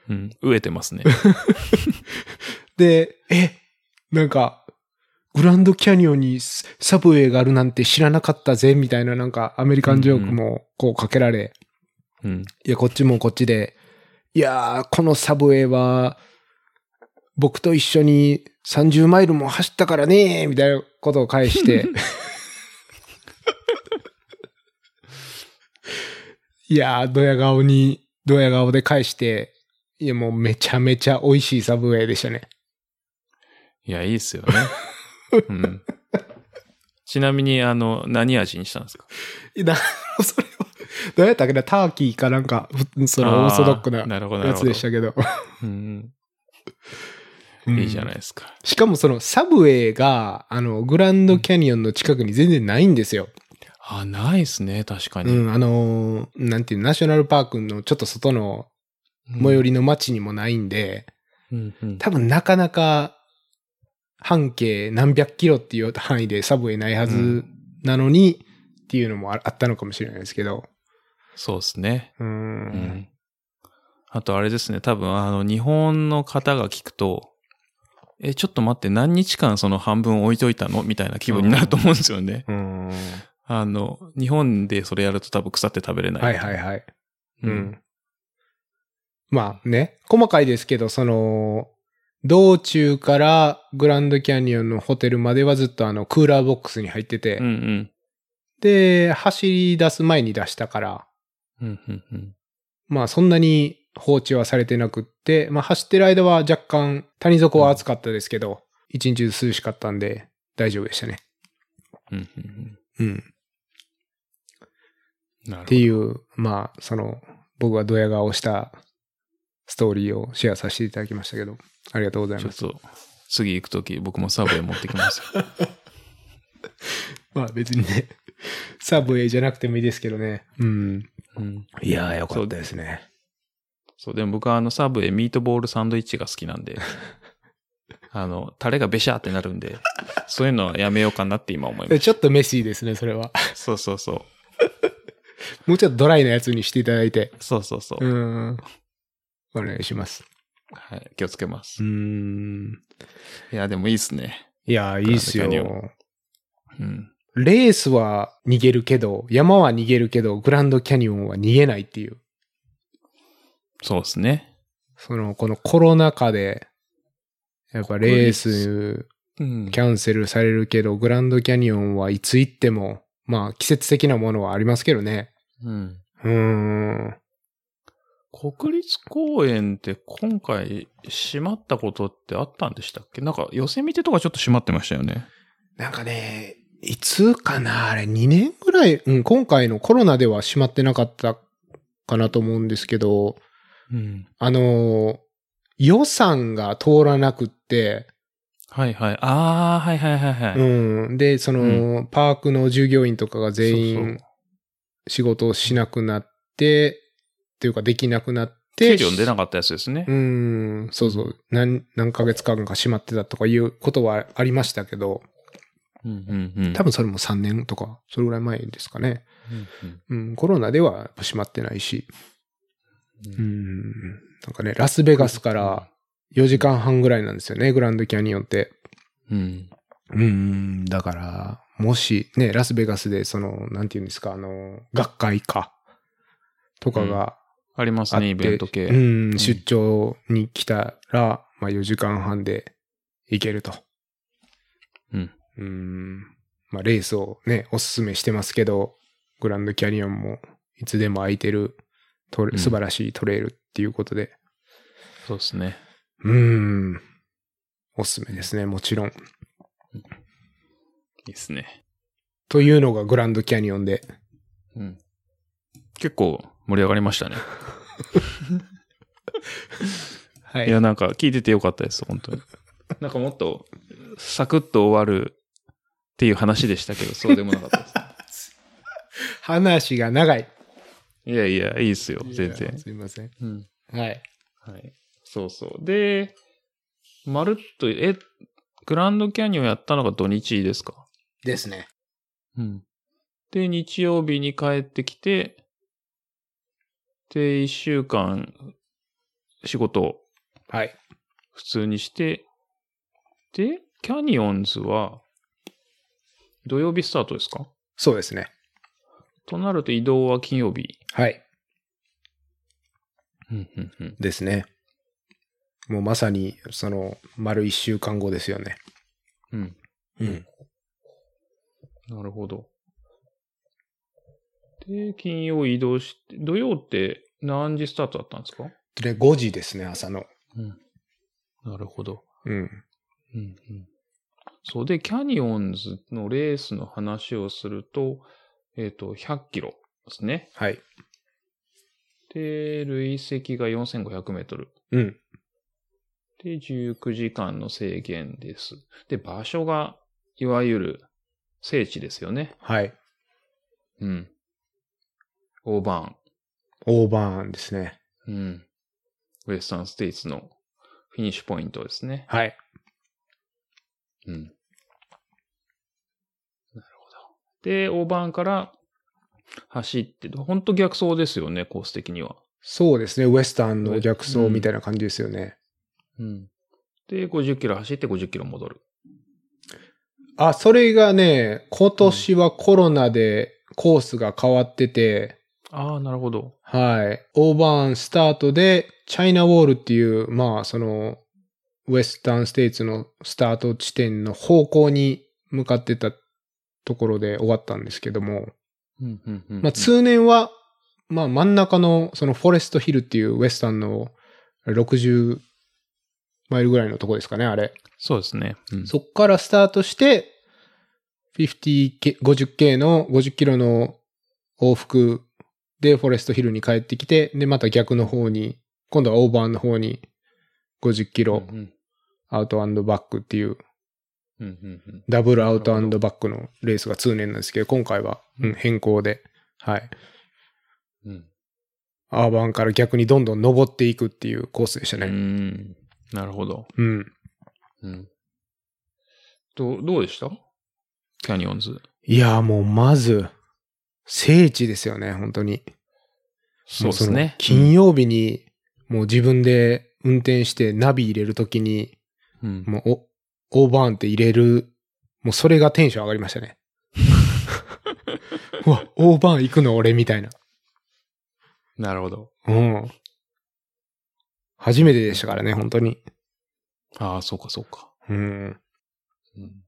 A: うん飢えてますね。
B: で、え、なんか、グランドキャニオンにササブウェイがあるなんて知らなかったぜ、みたいななんかアメリカンジョークもこうかけられ、
A: うん
B: いや、こっちもこっちで、いやー、このサブウェイは、僕と一緒に30マイルも走ったからねー、みたいなことを 返して。いやー、ドヤ顔に、ドヤ顔で返して、いや、もうめちゃめちゃ美味しいサブウェイでしたね。
A: いや、いいっすよね。うんちなみに、あの、何味にしたんですか
B: な、それは、どうやったっけな、ターキーかなんか、ふそのオーソドック
A: あー
B: な
A: なるほど、な
B: や
A: るほ
B: つ
A: ど
B: でし。たけど。
A: うん
B: うん
A: いいじゃないですか。
B: しかもそのサブウェイが、あの、グランドキャニオンの近くに全然ないんですよ。
A: あ、ないっすね、確か
B: う
A: に。
B: ん、あのーなんていう、ナショナルパークのちょっと外の最
A: り。
B: 寄りの街にもないんで、
A: うんうん
B: 多分なかなか半径何百キロっていう範囲でサブウェイないは
A: う
B: ずなのに、っていうのもああったのかもしれないですけど。
A: そうですね。
B: う。
A: うんんあとあれですね、多分あの、日本の方が聞くと、え、ちょっと待って、何日間その半分置いといたのみたいな気分になると思うんですよね。
B: うん。
A: あの、日本でそれやると多分腐って食べれない。
B: はいはいはい。
A: う。
B: うんん。まあね、細かいですけど、その、道中からグランドキャニオンのホテルまではずっとあのクーラーボックスに入ってて、
A: うんうん。
B: で、走り出す前に出したから、
A: うんうんうん。
B: まあそんなに放置はされてなくって、まあ走ってる間は若干谷底は暑かったですけど、一日中涼しかったんで大丈夫でしたね。
A: うんうんうん。
B: うん。
A: なるほ
B: っ
A: ど
B: て。いう、まあその、僕がドヤ顔したストーリーをシェアさせていただきましたけど、ありがとうござい
A: ちょ
B: ま
A: っ
B: す。
A: と、次行くとき僕もサブウェイ持ってきますよ。
B: まあ別にね、 サブウェイじゃなくてもいいですけどね。うん。
A: うん。
B: いやーよ
A: かった
B: ですね。
A: そう、でも僕はあのサブウェイミートボールサンドイッチが好き なんで、あの、タレがべしゃーってなるんで、そういうのはやめようかなって今思います。
B: ちょっとメシーですね、それは。
A: そうそうそう。
B: もうちょっとドライなやつにしていただいて。
A: そうそうそうう。
B: ん。お願いします。
A: はい。気をつけます。
B: ん。
A: いや、でもいいっすね。
B: いやー、いいっす
A: グランドキャ
B: よ。
A: うん。
B: レースは逃げるけど、山は逃げるけど、グランドキャニオンは逃げないっていう。
A: そうですね。
B: その、このコロナ禍で、やっぱレース
A: うん
B: キャンセルされるけど、グランドキャニオンはいつ行っても、まあ季節的なものはありますけどね。
A: うん。
B: うーん。
A: 国立公園って今回閉まったことってあったんでしたっけなんか、寄せ見てとかちょっと閉まってましたよね。
B: なんかね、いつかなあれ、2年ぐらい、うん、今回のコロナでは閉まってなかったかなと思うんですけど、
A: うん。
B: あのー予算が通らなくって、
A: はいはい。ああ、はいはいはいはい。
B: うん。で、その、
A: う
B: パークの従業員とかが全
A: そうそう
B: 員仕事をしなくなって、っていうかできなくなって、
A: 給料出なかったやつですね
B: う。ん、そうそう。何、何ヶ月間か閉まってたとかいうことはありましたけど、
A: うんうんうん。
B: 多分それも3年とか、それぐらい前ですかね。
A: うんうん
B: うん、コロナではやっぱ閉まってないし、
A: うん
B: うん、なんかね、ラスベガスから4時間半ぐらいなんですよね、グランドキャニオンって。
A: うん。
B: うん、だから、もしね、ラスベガスでその、なんていうんですか、あの、学会か、とかが
A: あります
B: あって、
A: ね、イベント系。
B: うん、出張に来たら、まあ4時間半で行けると。
A: うん。
B: うん、まあレースをね、おすすめしてますけど、グランドキャニオンもいつでも空いてるトレ
A: うん
B: 素晴らしいトレイルっていうことで、
A: そうですね。
B: うん、おすすめですね、もちろん。
A: いいっすね。
B: というのがグランドキャニオンで、
A: うん。結構盛り上がりましたね。
B: はい
A: や、なんか聞いててよかったです、本当 に。なんかもっと、サクッと終わるっていう話でしたけど、そうでもなかった です。
B: 話が長い。
A: いやいや、いいっすよ、全
B: いや
A: 然。
B: すいません。
A: うん。
B: はい。
A: はい。そうそう。で、まるっと、え、グランドキャニオンやったのが土日ですか
B: ですね。
A: うん。で、日曜日に帰ってきて、で、一週間、仕事を
B: はい。
A: 普通にして、で、キャニオンズは、土曜日スタートですか
B: そうですね。
A: となると移動は金曜日。
B: はい。
A: うん、うん、うん。
B: ですね。もうまさに、その、丸一週間後ですよね。
A: うん。
B: うん。
A: なるほど。で、金曜移動して、土曜って何時スタートだったんですか
B: で、5時ですね、朝の。
A: うん。なるほど。
B: うん。
A: うんうんそうで、キャニオンズのレースの話をすると、えっ、と、100キロですね。
B: はい。
A: で、累積が4500メートル。
B: うん。
A: で、19時間の制限です。で、場所が、いわゆる、聖地ですよね。
B: はい。
A: うん。オーバ
B: オーバーンですね。
A: ーン。うん。ウェスタンステイツのフィニッシュポイントですね。
B: はい。
A: うん。なるほど。で、大盤から走って、ほんと逆走ですよね、コース的には。
B: そうですね、ウエスタンの逆走みたいな感じですよね。
A: うん。で、50キロ走って50キロ戻る。
B: あ、それがね、今年はコロナでコースが変わってて、
A: ああ、なるほど。
B: はい。オーバーンスタートで、チャイナウォールっていう、まあ、その、ウェスタンステイツのスタート地点の方向に向かってたところで終わったんですけども、
A: うん、うん、うん。
B: まあ、通年は、まあ、真ん中の、その、フォレストヒルっていうウェスタンの60マイルぐらいのとこですかね、あれ。
A: そうですね。うん
B: そっからスタートして、50K 50K の、50キロの往復でフォレストヒルに帰ってきて、で、また逆の方に、今度はオーバーンの方に50キロ
A: うん、うん
B: アウトバックっていう、
A: うん、うん
B: ダブルアウトバックのレースが通年なんですけど、今回は、うん、変更で、はい。
A: うん、うん。
B: アーバンから逆にどんどん登っていくっていうコースでした
A: う
B: ね。
A: ん。なるほど。
B: うん。
A: うん。どう、どうでしたキャニオンズ。
B: いや、もうまず、聖地ですよね、本当に。
A: そうですね
B: も。その金曜日に、もう自分で運転してナビ入れるときに、
A: うん。
B: もうおオーバーンって入れる、もうそれがテンション上がりまし たね。うわ、オーバーン行くの俺みたいな。
A: なるほど。
B: うん。初めてでしたからね、本当に。
A: ああ、そうか、そうか。
B: うん。
A: うん。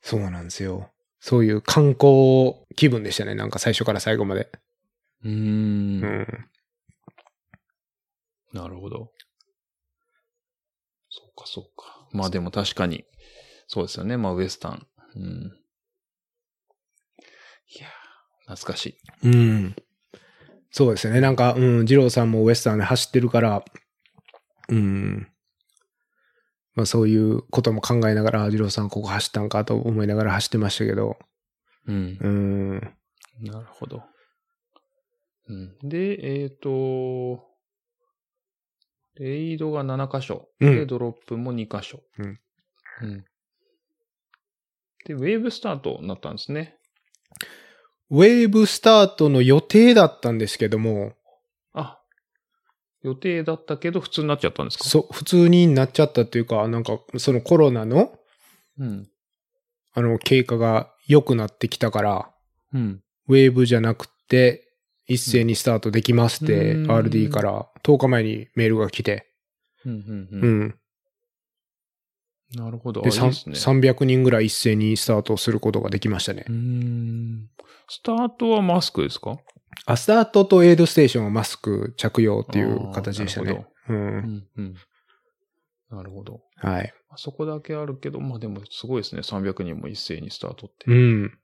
B: そうなんですよ。そういう観光気分でしたね、なんか最初から最後まで。
A: うーん
B: う。ん。
A: なるほど。そうか、そうか。まあでも確かに、そうですよね。まあウエスタン。うん。いやー、懐かしい。
B: うん。そうですよね。なんか、うん、二郎さんもウエスタンで走ってるから、うん。まあそういうことも考えながら、あ二郎さんここ走ったんかと思いながら走ってましたけど、
A: うん。
B: うん。
A: なるほど。うん。で、えっ、と、レイドが7箇所。
B: うん
A: で、ドロップも2箇所。
B: うん。
A: うん。で、ウェーブスタートになったんですね。
B: ウェーブスタートの予定だったんですけども、
A: あ、予定だったけど普通になっちゃったんですか
B: そ、普通になっちゃったというか、なんかそのコロナの、
A: う。うん。
B: あの、経過が良くなってきたから、
A: うん。
B: ウェーブじゃなくて、一斉にスタートできますって、
A: うん
B: RD から10日前にメールが来て、
A: うんうんう
B: う
A: ん。
B: ん。
A: なるほど。あ
B: で、
A: いい
B: さん
A: ですね。
B: 300人ぐらい一斉にスタートすることができましたね
A: う。ん。スタートはマスクですかっ
B: あスタートとエイドステーションはマスク着用っていう形でしたね。う。
A: うんんうん。なるほど。
B: はい。
A: あそこだけあるけど、まあでもすごいですね。300人も一斉にスタートって。
B: うん。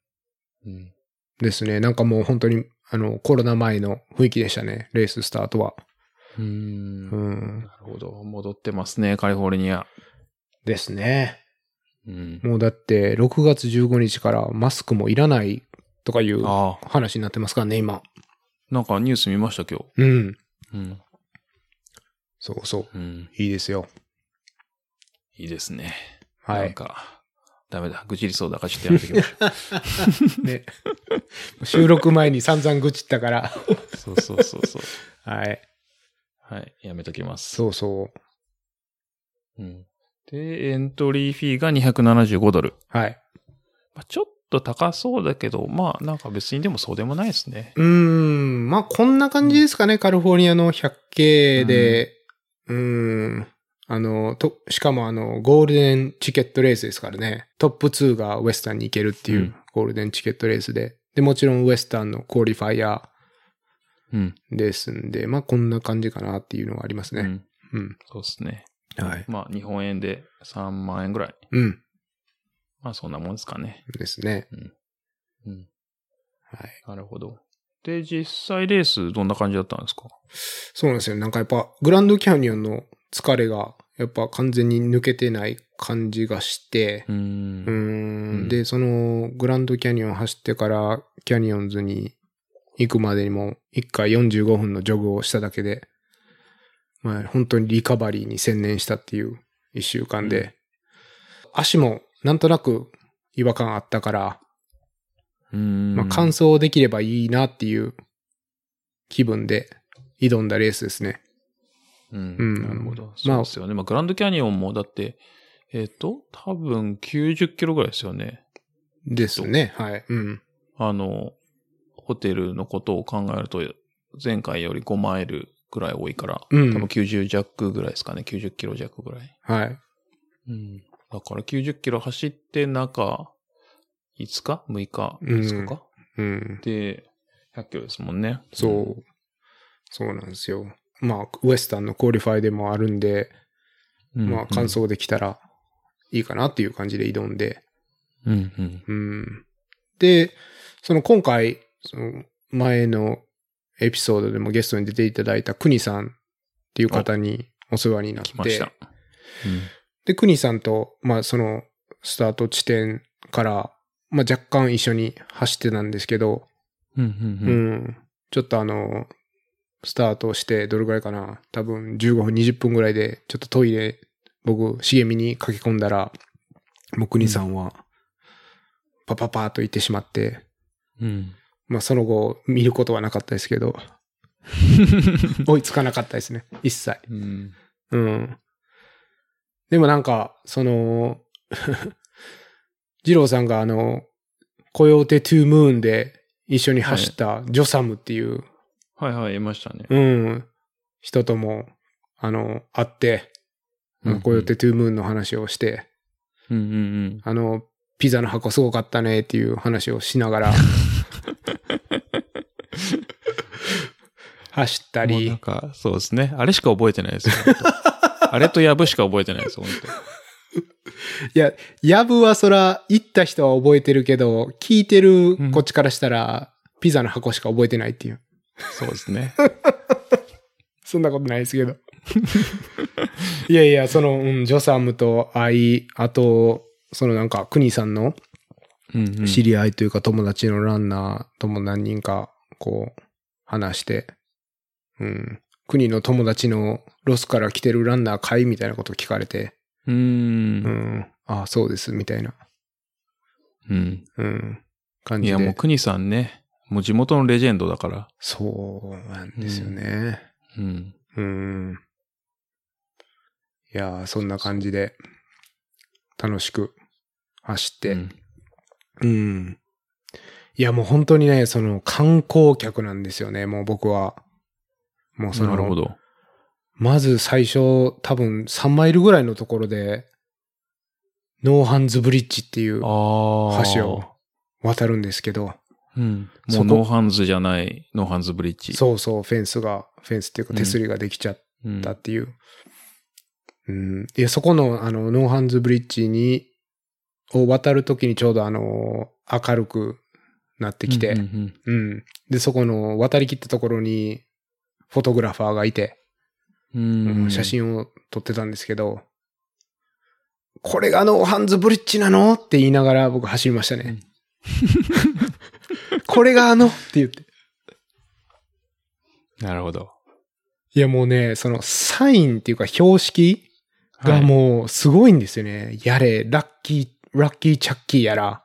A: うん。
B: ですね。なんかもう本当に、あの、コロナ前の雰囲気でしたね。レーススタートは。
A: う。
B: うんん。
A: なるほど。戻ってますね、カリフォルニア。
B: ですね。
A: うん。
B: もうだって、6月15日からマスクもいらないとかいう
A: ああ、
B: 話になってますからね、今。
A: なんかニュース見ました、今
B: うん。
A: 日。うん。
B: そうそう。
A: うん。
B: いいですよ。
A: いいですね。
B: は
A: なん
B: い。
A: か、ダメだ。愚痴りそうだからちょっとやめてきましょ
B: ね。 収録前に散々愚痴ったから。
A: う。そうそうそうそう。
B: はい。
A: はい。やめときます。
B: そうそう。
A: うん。で、エントリーフィーが275ドル。
B: はい。
A: まあ、ちょっと高そうだけど、まあなんか別にでもそうでもないですね。
B: うーん。まあ、こんな感じですかね。カリフォルニアの 100K で。うーん。あの、と、しかもあの、ゴールデンチケットレースですからね。トップ2がウエスタンに行けるっていううんゴールデンチケットレースで。で、もちろんウエスタンのクオリファイヤ
A: うん。
B: ーですんで、まあ、こんな感じかなっていうのがあります
A: う
B: ね。
A: ん。
B: うん。
A: そうですね。
B: はい。
A: まあ日本円で3万円ぐらい。
B: うん。
A: まあそんなもんですかね。
B: ですね。
A: うん。
B: はい。
A: なるほど。で、実際レースどんな感じだったんですか
B: そうなんですよ。なんかやっぱ、グランドキャニオンの疲れが、やっぱ完全に抜けてない感じがして
A: う、ー
B: うー
A: ん。うん
B: ん。で、その、グランドキャニオン走ってから、キャニオンズに行くまでにも、1回45分のジョグをしただけで、まあ、本当にリカバリーに専念したっていう1週間で、足もなんとなく違和感あったから、
A: うーん。
B: まあ、完走できればいいなっていう気分で挑んだレースですね。
A: うん。
B: うん
A: なるほど。そ
B: ま
A: う
B: あ
A: ですよね。まあグランドキャニオンもだって、えっ、と、多分90キロぐらいですよね。
B: ですね。はい。うん。
A: あの、ホテルのことを考えると、前回より5マイルぐらい多いから、
B: うん
A: 多分90弱ぐらいですかね。90キロ弱ぐらい。
B: はい。
A: うん。だから90キロ走って中、5日 ?6 日
B: うん
A: ?5 日か、
B: うん。
A: で、100キロですもんね。
B: そう。そうなんですよ。まあ、ウエスタンのクオリファイでもあるんで、
A: うん。
B: まあ、完走できたらいいかなっていう感じで挑んで。
A: うんうん。
B: うん。で、その今回、その前のエピソードでもゲストに出ていただいた国さんっていう方にお世話になっ
A: 来ましてた、。
B: で、国さんと、まあ、その、スタート地点から、まあ、若干一緒に走ってたんですけど、
A: うん。うんう
B: うんん。ちょっとあの、スタートしてどれぐらいかな多分15分、20分ぐらいで、ちょっとトイレ、僕、茂みに駆け込んだら、もう国さんは、パパパーと行ってしまって、
A: うん。うん。
B: まあその後、見ることはなかったです けど、追いつかなかったですね。一切。
A: うん。
B: うん。でもなんか、その、 二郎さんがあの、コヨーテ・トゥ・ムーンで一緒に走ったジョサムっていう、
A: はいはい、いましたね。
B: うん、人とも、あの、会って、コヨーテ・トゥ・ムーンの話をして、
A: うんうんうん。
B: あの、ピザの箱すごかったねっていう話をし ながら、走った
A: もうなん
B: り、
A: か、そうですね。あれしか覚えてない ですよ。本当あれとやぶしか覚えてないですよ、本
B: いや、やぶはそら、行った人は覚えてるけど、聞いてる
A: うん
B: こっちからしたら、ピザの箱しか覚えてないっていう。
A: 当そうですね。
B: そんなことないですけ ど。いやいや、その、うん、ジョサムと愛、あと、そのなんか、クニさんの
A: うん、うん。
B: 知り合いというか友達のランナーとも何人か、こう、話して、うん、国の友達のロスから来てるランナー会みたいなこと聞かれて、
A: うー。
B: うんん、ああ、そうです、みたいな、
A: うん。
B: うん、感
A: い
B: じ
A: や、もう、
B: で。
A: 国さんね。もう地元のレジェンドだから。
B: そうなんですよね。
A: うん。
B: うん。いやー、そんな感じで、楽しく走って、
A: うん
B: うん。いや、もう本当にね、その観光客なんですよね、もう僕は。もうそ
A: なるほ
B: の、
A: ど。
B: まず最初、多分3マイルぐらいのところで、ノーハンズブリッジっていう橋
A: ああ。
B: を渡るんですけど、
A: うん。も
B: そうこ
A: ノーハンズじゃない、ノーハンズブリッジ。
B: そうそう、フェンスが、フェンスっていうか手すりができちゃっ
A: うん。
B: たっていう。うん。いや、そこの、あの、ノーハンズブリッジに、を渡るときにちょうどあの、明るくなってきて、
A: うんうんうん
B: うん。で、そこの渡り切ったところに、フォトグラファーがいて、
A: うん
B: 写。真を撮ってたんですけど、これがあの、ハンズブリッジなのって言いながら僕走りましたね。 これがあのって言って。
A: なるほど。
B: いやもうね、そのサインっていうか標識
A: は
B: が
A: い
B: もうすごいんですよね。やれ、ラッキー、ラッキーチャッキーやら、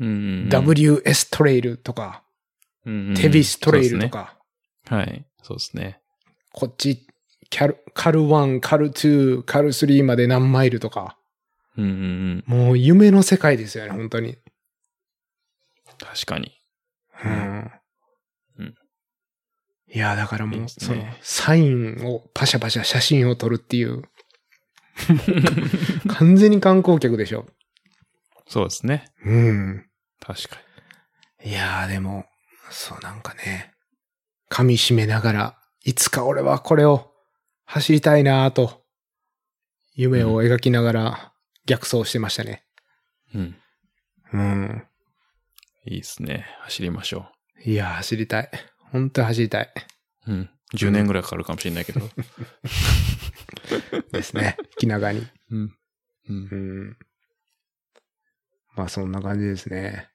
A: うんうんうん
B: WS トレイルとか、
A: うんうん
B: テビストレイルと。
A: そう
B: か、
A: ですねはい。そうですね。
B: こっち、キャル、カル1、カル2、カル3まで何マイルとか、
A: うんうんうん。
B: もう夢の世界ですよね、本当に。
A: 確かに。
B: うん
A: うん
B: いや、だからも、
A: いいうです
B: その
A: ね、
B: サインをパシャパシャ写真を撮るっていう、完全に観光客でしょ。
A: そうですね。
B: うん。
A: 確か
B: いやー、でも、そうなんかね、噛み締めながら、いつか俺はこれを走りたいなーと、夢を描きながら逆走してましたね。
A: に。うん。
B: うん。
A: いいですね。走りましょ
B: いやー、走りたい。本当に走りたい。
A: う。うん。10年ぐらいかかるかもしれないけ ど。
B: です ね。気長に。
A: うん。うん
B: う。ん。まあ、そんな感じですね。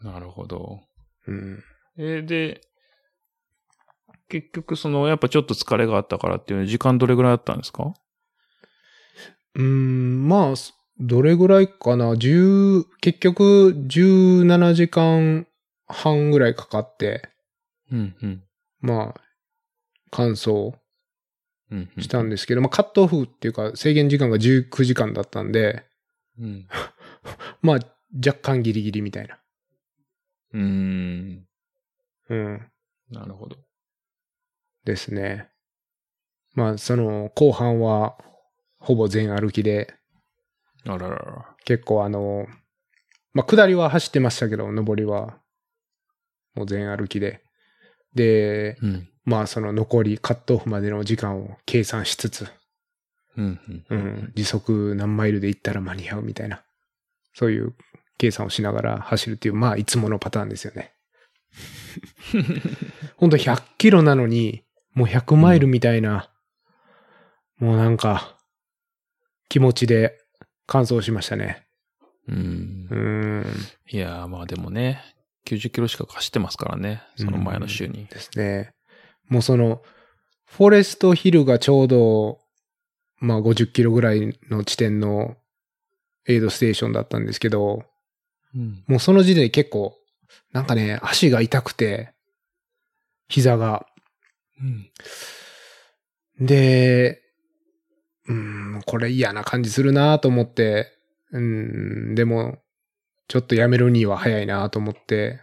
A: なるほど。
B: うん。
A: えーで、結局その、やっぱちょっと疲れがあったからっていうので時間どれぐらいあったんですか
B: うん、まあ、すどれぐらいかな。10、結局、17時間半ぐらいかかって、
A: うん、うん。
B: まあ、完走
A: うん、うん。
B: したんですけど、まあ、カットオフっていうか、制限時間が19時間だったんで、
A: うん。
B: まあ、若干ギリギリみたいな。
A: うーん。
B: うん。
A: なるほど。
B: ですね。まあ、その、後半は、ほぼ全歩きで、
A: あららら。
B: 結構あの、まあ、下りは走ってましたけど、上りは、もう全歩きで。で、
A: うん。
B: まあ、その残りカットオフまでの時間を計算しつつ、
A: うん、うん。
B: うん、時速何マイルで行ったら間に合うみたいな、そういう計算をしながら走るっていう、まあ、いつものパターンです よね。本当100キロなのに、もう100マイルみたいな、もうなんか、気持ちで完走しましたね。
A: うん
B: う。ん。
A: いやー、まあでもね、90キロしか走ってますからね。その前の週に。
B: ですね。もうその、フォレストヒルがちょうど、まあ50キロぐらいの地点のエイドステーションだったんですけど、
A: うん。
B: もうその時点で結構、なんかね、足が痛くて、膝が。
A: うん。
B: で、うん、これ嫌な感じするなと思って、うん、でも、ちょっとやめるには早いなと思って、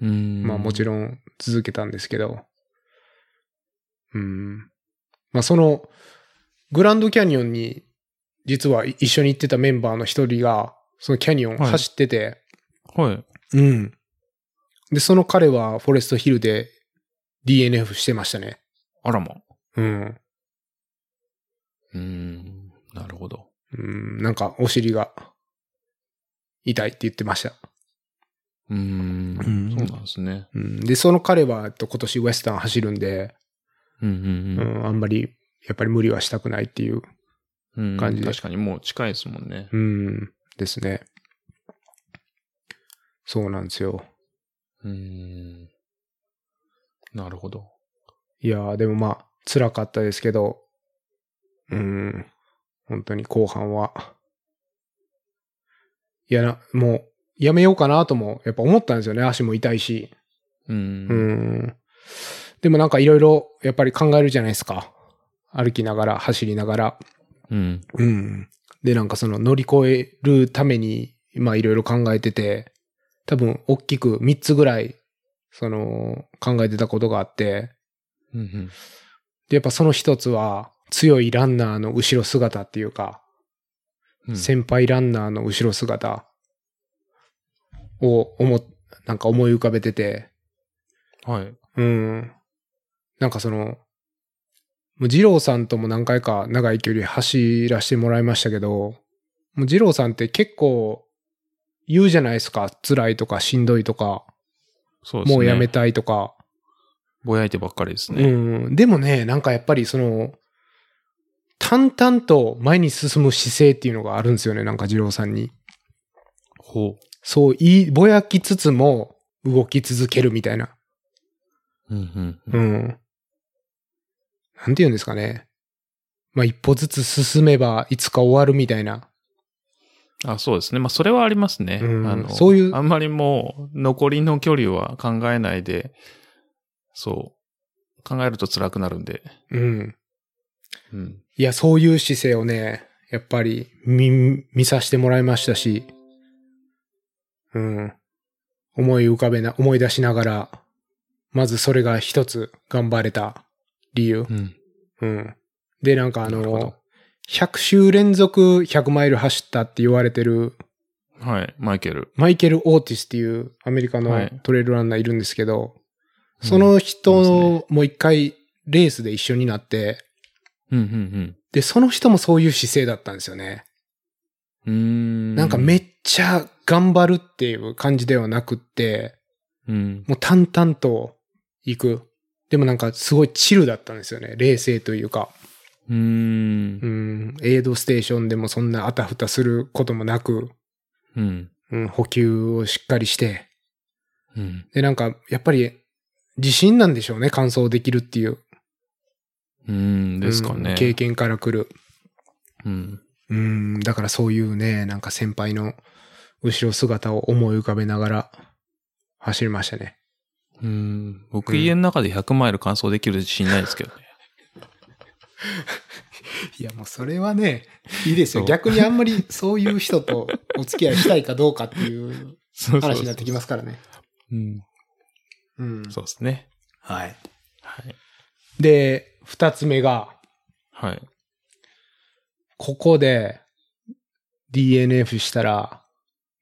A: うん。
B: まあもちろん続けたんですけど、うん。まあその、グランドキャニオンに、実は一緒に行ってたメンバーの一人が、そのキャニオン
A: はい
B: 走ってて、
A: ん。はい。
B: うん。で、その彼はフォレストヒルで DNF してましたね。
A: あらま。
B: うん。
A: うん。なるほど。
B: うん、なんかお尻が痛いって言ってました。
A: うーん
B: うん
A: そうなんですね。
B: うん、で、その彼はえっと今年ウエスタン走るんで、
A: うん
B: う
A: うん
B: ん、あんまりやっぱり無理はしたくないっていう、
A: うん。うん
B: 感じで
A: 確かにもう近いですもんね。
B: うん、ですね。そうなんですよ。
A: うん。なるほど。
B: いやー、でもまあ、辛かったですけど、うん、本当に後半は、いやな、もう、やめようかなとも、やっぱ思ったんですよね。足も痛いし。
A: う。
B: うんん。でもなんかいろいろ、やっぱり考えるじゃないですか。歩きながら、走りながら。
A: うん。
B: うん。で、なんかその乗り越えるために、まあいろいろ考えてて、多分大きく3つぐらい、その、考えてたことがあって、
A: うんうん。
B: で、やっぱその一つは、強いランナーの後ろ姿っていうか、
A: うん
B: 先輩ランナーの後ろ姿を思っ、なんか思い浮かべてて、
A: はい。
B: うん。なんかその、もう二郎さんとも何回か長い距離走らせてもらいましたけど、もう二郎さんって結構言うじゃないですか。辛いとかしんどいとか、
A: そうですね。
B: もうやめたいとか。
A: ぼやいてばっかりですね。
B: うん。でもね、なんかやっぱりその、淡々と前に進む姿勢っていうのがあるんですよね、なんか二郎さんに。
A: ほ
B: そう、いい、ぼやきつつも動き続けるみたいな。
A: う。うんう。
B: うんん。なんて言うんですかね。まあ、一歩ずつ進めばいつか終わるみたいな。
A: あ、そうですね。まあ、それはありますね。
B: うん
A: あの
B: そういう
A: あんまりもう、残りの距離は考えないで、そう。考えると辛くなるんで。
B: うん。
A: うん。
B: いや、そういう姿勢をね、やっぱり見、見させてもらいましたし、うん。思い浮かべな、思い出しながら、まずそれが一つ頑張れた理由。
A: うん。
B: うん。で、なんかあ
A: なるほど
B: の、100周連続100マイル走ったって言われてる、
A: はい、マイケル。
B: マイケル・オーティスっていうアメリカ
A: は
B: の
A: い
B: トレイルランナーいるんですけど、その人も一回レースで一緒になって、
A: うん、うん、
B: で、その人もそういう姿勢だったんですよね。
A: うん。うーん。
B: なんかめっちゃ頑張るっていう感じではなくって、
A: うん。
B: もう淡々と行く。でもなんかすごいチルだったんですよね。冷静というか。
A: うー。
B: うんん、エイドステーションでもそんなあたふたすることもなく、
A: うん。
B: うん、補給をしっかりして。
A: うん。
B: で、なんかやっぱり自信なんでしょうね。完走できるっていう。
A: うん。ですか
B: う
A: ね
B: ん。経験から来る。
A: うん。
B: うん、だからそういうね、なんか先輩の後ろ姿を思い浮かべながら走りましたね。
A: うん。僕、
B: うん
A: 家の中で100マイル完走できる自信ないですけどね。
B: いや、もうそれはね、いいです
A: そ
B: よ。
A: う
B: 逆にあんまりそういう人とお付き合いしたいかどうかっていう
A: そうそうそう
B: 話になってきますからね。
A: うん。
B: うん。
A: そうですね。
B: はい。
A: はい。
B: で、二つ目が、
A: はい。
B: ここで DNF したら、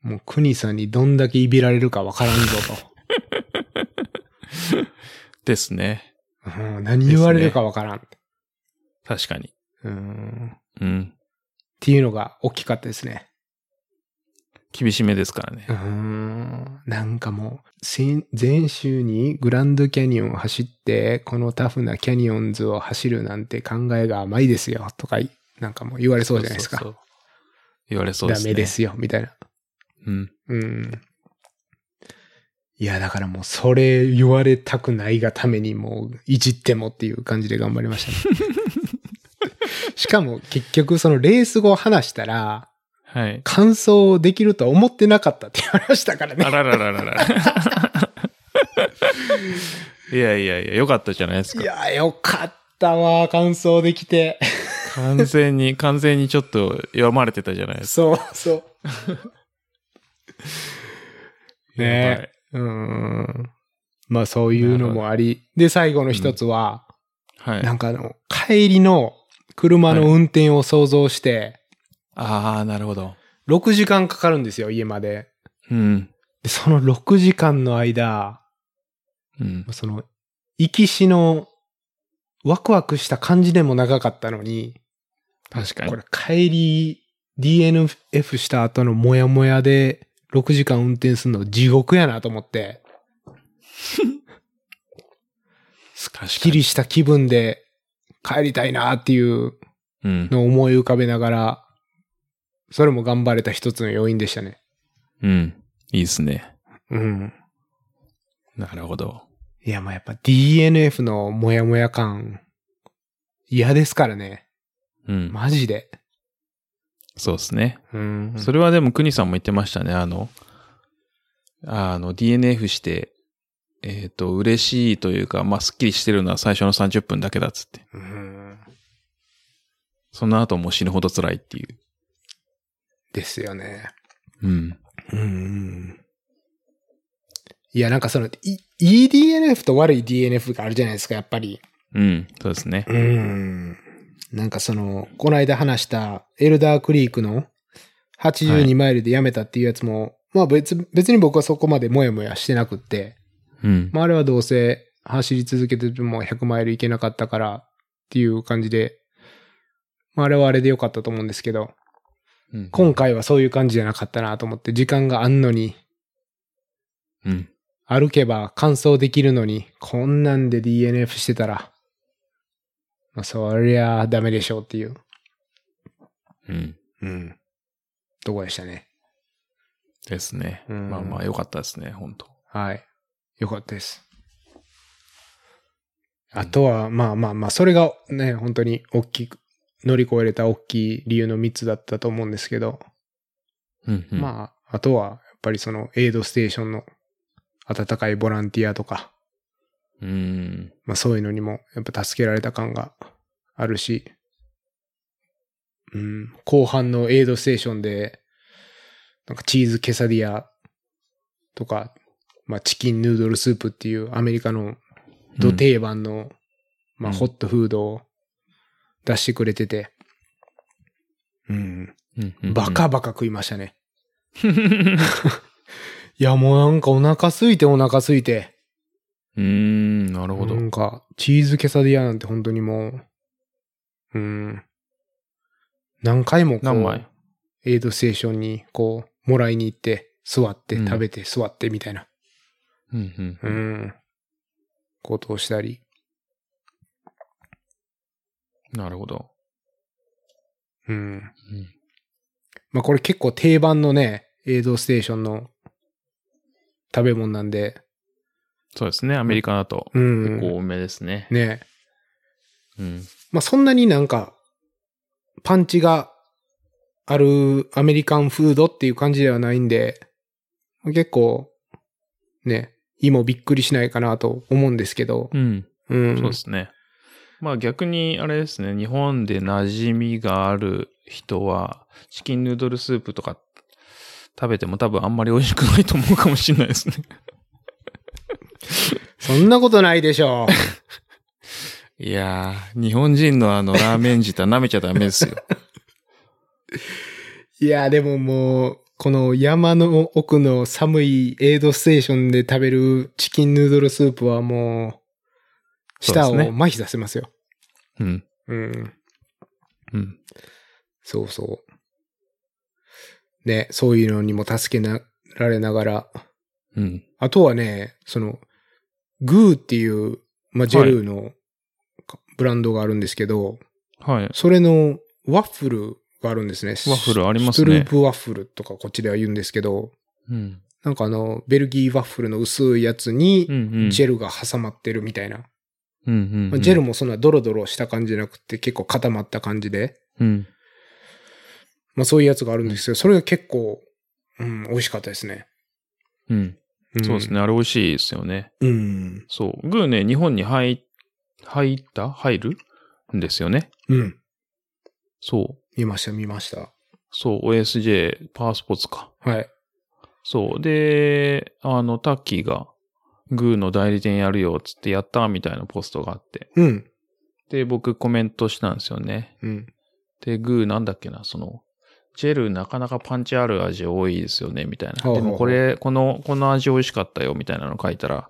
B: もう国さんにどんだけいびられるかわからんぞ
A: ですね。
B: と。うん、何言われるかわからん。
A: 確かに。
B: うん。っ
A: うん。
B: ていうのが大きかったですね。
A: 厳しめですからね
B: う。ーんなんかもう、先前週にグランドキャニオンを走って、このタフなキャニオンズを走るなんて考えが甘いですよ、とかい、なんかもう言われそうじゃないですか。
A: そうそうそう言われそうです
B: ダ
A: ね。
B: メで。すよ、みたいな。
A: うん。
B: うん。いや、だからもう、それ言われたくないがために、もう、いじってもっていう感じで頑張りました ね。しかも、結局、そのレース後話したら、
A: はい。
B: 完走できるとは思ってなかったって言われましたからね
A: あ。ららららら。 いやいやいや、よかったじゃないです
B: い
A: か。
B: や、よかったわ、感想できて。
A: 完全に、完全にちょっと読まれてたじゃないです
B: そうそう。
A: か。 やば
B: ね
A: い。
B: うーん。まあそういうのもあり。で、最後の一つは、
A: はい。
B: なんかあの、帰りの車の運転を想像して、
A: ああ、なるほど。
B: 6時間かかるんですよ、家まで。
A: うん。
B: で、その6時間の間、
A: うん。
B: その、行きしの、ワクワクした感じでも長かったのに、
A: 確かに
B: こ。れ帰り DNF した後のモヤモヤで6時間運転するの地獄やなと思って、
A: 確
B: すっ
A: か
B: き
A: に。
B: りした気分で帰りたいなっていう
A: うん。
B: のを思い浮かべながら、それも頑張れた一つの要因でしたね。
A: うん。いいですね。
B: うん。
A: なるほど。
B: いや、まあやっぱ DNF のモヤモヤ感、嫌ですからね。
A: うん。
B: マジで。
A: そうですね。
B: うん。
A: それはでも、国さんも言ってましたね。あの、あの、DNF して、えっ、と、嬉しいというか、まあ、スッキリしてるのは最初の30分だけだっつって。
B: うん
A: その後もう死ぬほど辛いっていう。
B: ですよね。
A: うん。
B: うん。いや、なんかその、いいい DNF と悪い DNF があるじゃないですか、やっぱり。
A: うん。そうですね。
B: ん。なんかその、この間話した、エルダークリークの
A: はい
B: 82マイルでやめたっていうやつも、まあ別、別に僕はそこまでモヤモヤしてなくって、
A: うん。
B: まああれはどうせ走り続けてても100マイル行けなかったからっていう感じで、まああれはあれでよかったと思うんですけど、
A: うん。
B: 今回はそういう感じじゃなかったなと思って、時間があんのに、
A: うん。
B: 歩けば完走できるのに、こんなんで DNF してたら、まあ、そりゃダメでしょうっていう。
A: うん。
B: うん。とこでしたね。
A: ですね。
B: うん
A: まあまあ、良かったですね、本当
B: はい。よかったです。あとは、まあまあまあ、それがね、本当に大きく、乗り越えれた大きい理由の3つだったと思うんですけど、
A: うん、うん。あ。
B: まあ、あとは、やっぱりその、エイドステーションの温かいボランティアとか、
A: うん。
B: まあそういうのにも、やっぱ助けられた感があるし、うん、後半のエイドステーションで、なんかチーズケサディアとか、まあチキンヌードルスープっていうアメリカのど定番の、まあ
A: うん
B: ホットフードを出してくれてて、うん、
A: うん、うん。
B: バカバカ食いましたね。いやもうなんかお腹空いてお腹空いて、
A: うーん、なるほど。
B: なんか、チーズケサディアなんて本当にもう、うん。何回もこう
A: 何枚
B: エイドステーションにこう、もらいに行って、座って、
A: うん
B: 食べて、座ってみたいな、
A: うん、
B: う
A: うん。
B: ん。ことをしたり。
A: なるほど。
B: うん。
A: うん
B: まあこれ結構定番のね、エイドステーションの食べ物なんで、
A: そうですね、アメリカだと。
B: うん。
A: 結構多めですね。
B: ね。
A: うん。
B: まあそんなになんか、パンチがあるアメリカンフードっていう感じではないんで、結構、ね、今びっくりしないかなと思うんですけど
A: う、ん。
B: うん。
A: そうですね。まあ逆に、あれですね、日本で馴染みがある人は、チキンヌードルスープとか食べても多分あんまり美味しくないと思うかもしれないですね。
B: そんなことないでしょ
A: いやー、日本人のあのラーメン自体舐めちゃダメですよ。
B: う。いや、でももう、この山の奥の寒いエイドステーションで食べるチキンヌードルスープはもう、
A: そうで
B: 舌
A: す
B: を
A: ね
B: 麻痺させますよ。
A: うん。
B: うん。
A: うん。
B: そうそう。ね、そういうのにも助けなられながら。
A: うん。
B: あとはね、その、グーっていう、まあ、ジェルの、かブランドがあるんですけど、
A: はい。
B: それのワッフルがあるんですね。
A: ワッフルありま
B: ス
A: す
B: トル
A: ね
B: ー。プワッフルとかこっちでは言うんですけど、
A: うん。
B: なんかあの、ベルギーワッフルの薄いやつに
A: うん、うん。
B: ジェ
A: ル。
B: ルが挟まってるみたいな。
A: うんうん、
B: まあジェルもそんなドロドロした感じじゃなくて結構固まった感じで。
A: うん。
B: まあそういうやつがあるんですけど、それが結構、うん、美味しかったですね。
A: うん。そうです
B: ね。
A: ね。あれ美味しいですよね。
B: うん。
A: そう。グーね、日本に入、入った入るんですよね。
B: うん。
A: そう。
B: 見ました、見ました。
A: そう、OSJ、パースポーツか。
B: はい。
A: そう。で、あの、タッキーが、グーの代理店やるよ、つってやった、みたいなポストがあって。
B: うん。
A: で、僕コメントしたんですよね。
B: うん。
A: で、グーなんだっけな、その、ジェルなかなかパンチある味多いですよね、みたいな。
B: ほうほう
A: で
B: ほう
A: もこれ、この、この味美味しかったよ、みたいなの書いたら、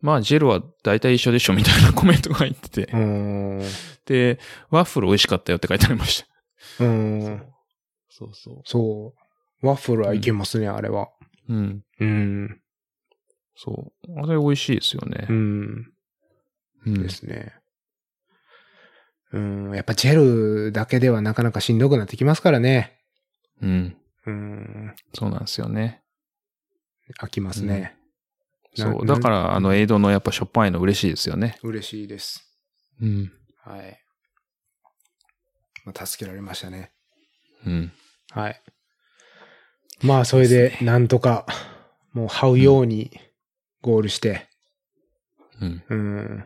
A: まあ、ジェルは大体一緒でしょ、みたいなコメントが入ってて
B: う。ーん。う
A: で、ワッフル美味しかったよって書いてありました。
B: ーん。
A: そうそ
B: そう。ワッフルはいけますね、あれは。
A: う。うん。
B: うん。
A: そう。あれ美味しいですよね
B: う。ん。
A: うん
B: で。すね。うん。やっぱジェルだけではなかなかしんどくなってきますからね。
A: うん。
B: うん。
A: そうなんですよね。
B: 飽きますね。な
A: そう。
B: な
A: だから、あの、エイドのやっぱしょっぱいの嬉しいですよね。
B: 嬉しいです。
A: うん。
B: はい。まあ、助けられましたね。
A: うん。
B: はい。まあ、それで、なんとか、もう、這うように、ゴールして、
A: うん。
B: うん。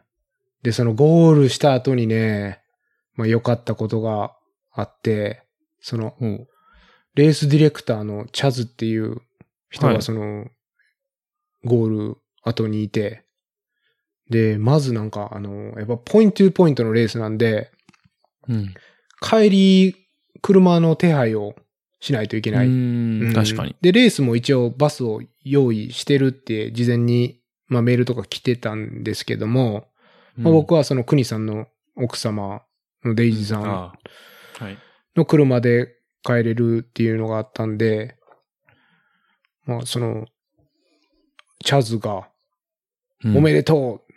B: で、そのゴールした後にね、まあ、良かったことがあって、その、
A: おう
B: レースディレクターのチャズっていう人
A: は
B: が、
A: い
B: その、ゴール後にいて、で、まずなんか、あの、やっぱ、ポイントゥーポイントのレースなんで、
A: うん。
B: 帰り、車の手配をしないといけな
A: う
B: い。
A: ー。
B: うんん
A: 確かに。
B: で、レースも一応バスを用意してるって事前に、まあ、メールとか来てたんですけども、まあ、僕はその国さんの奥様のデイジーさん
A: ああはい。
B: の車で帰れるっていうのがあったんで、まあその、チャズが
A: うん
B: おめでとう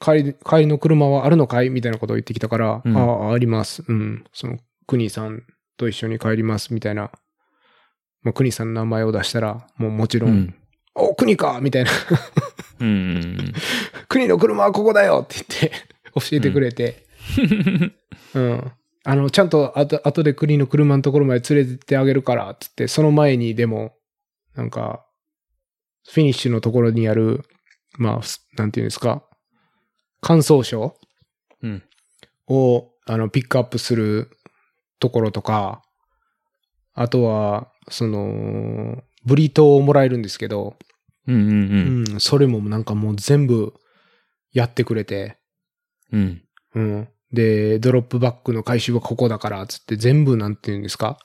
B: 帰り、帰りの車はあるのかいみたいなことを言ってきたから、
A: うん
B: ああ、あります。うん。その、国さんと一緒に帰ります、みたいな。まあ、国さんの名前を出したら、もうもちろん、
A: うん
B: お、国かみたいな。
A: うんうん
B: 国の車はここだよって言って、 教えてくれて。
A: うん。
B: うん。あの、ちゃんと、あと、後で国の車のところまで連れてってあげるから、つって、その前にでも、なんか、フィニッシュのところにある、まあ、すなんていうんですか、乾燥賞
A: うん
B: を、あの、ピックアップするところとか、あとは、その、ブリトーをもらえるんですけど、
A: うんうんうん
B: うん、それもなんかもう全部やってくれて、
A: うん。
B: うん。で、ドロップバックの回収はここだから、つって全部なんていうんですか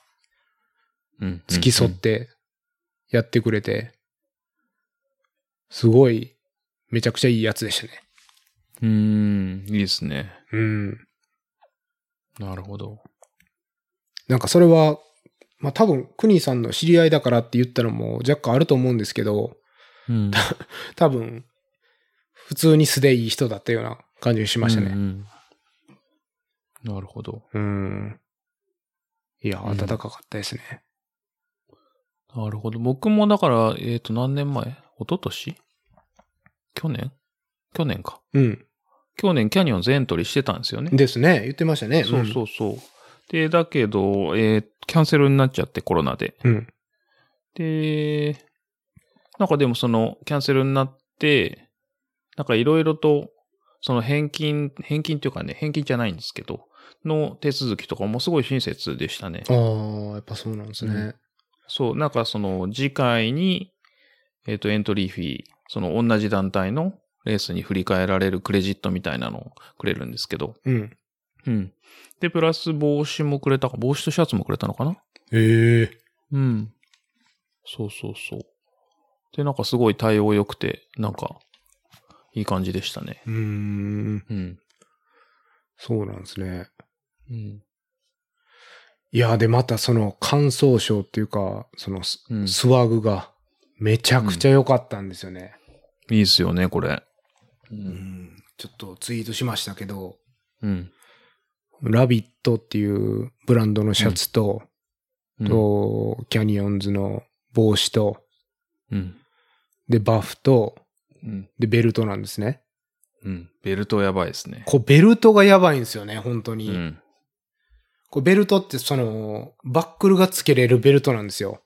A: うん。
B: 付き添ってやってくれて、すごい、めちゃくちゃいいやつでしたね。
A: うん。いいですね。
B: うん。
A: なるほど。
B: なんかそれは、まあ多分、クニーさんの知り合いだからって言ったのも若干あると思うんですけど、
A: うん。
B: 多分、普通に素でいい人だったような感じがしました
A: う
B: ね。
A: んうんなるほど。
B: うん。いや、
A: うん
B: 暖かかったですね。
A: なるほど。僕もだから、えっ、と、何年前一昨年去年去年か。
B: うん。
A: 去年キャニオン全エントリーしてたんですよね。
B: ですね。言ってましたね。
A: そうそうそう。で、だけど、えーキャンセルになっちゃって、コロナで。
B: うん。うん。
A: で、なんかでもその、キャンセルになって、なんかいろいろと、その返金、返金というかね、返金じゃないんですけど、の手続きとかもすごい親切でしたね。
B: ああ、やっぱそうなんですね。
A: うんそう、なんかその次回に、えっ、と、エントリーフィー、その同じ団体のレースに振り替えられるクレジットみたいなのをくれるんですけど、
B: うん。
A: うん。で、プラス帽子もくれたか、帽子とシャツもくれたのかな
B: ええ
A: うん。そうそうそう。で、なんかすごい対応良くて、なんか、いい感じでしたね。
B: うーん。
A: うん。
B: そうなんですね。
A: うん。
B: いや、で、またその感想症っていうか、そのス,、
A: うん
B: ワグがめちゃくちゃ良かったんですよね、
A: いいっすよね、これ。う
B: うん
A: ん。
B: ちょっとツイートしましたけど、
A: うん。
B: ラビットっていうブランドのシャツと、
A: うん
B: とキャニオンズの帽子と、
A: うん。
B: で、バフと、
A: うん。
B: で、ベルトなんですね。
A: うん。ベルトやばいですね。
B: こう、ベルトがやばいんですよね、本当
A: う
B: に。
A: ん。
B: こうベルトってその、バックルがつけれるベルトなんですよ。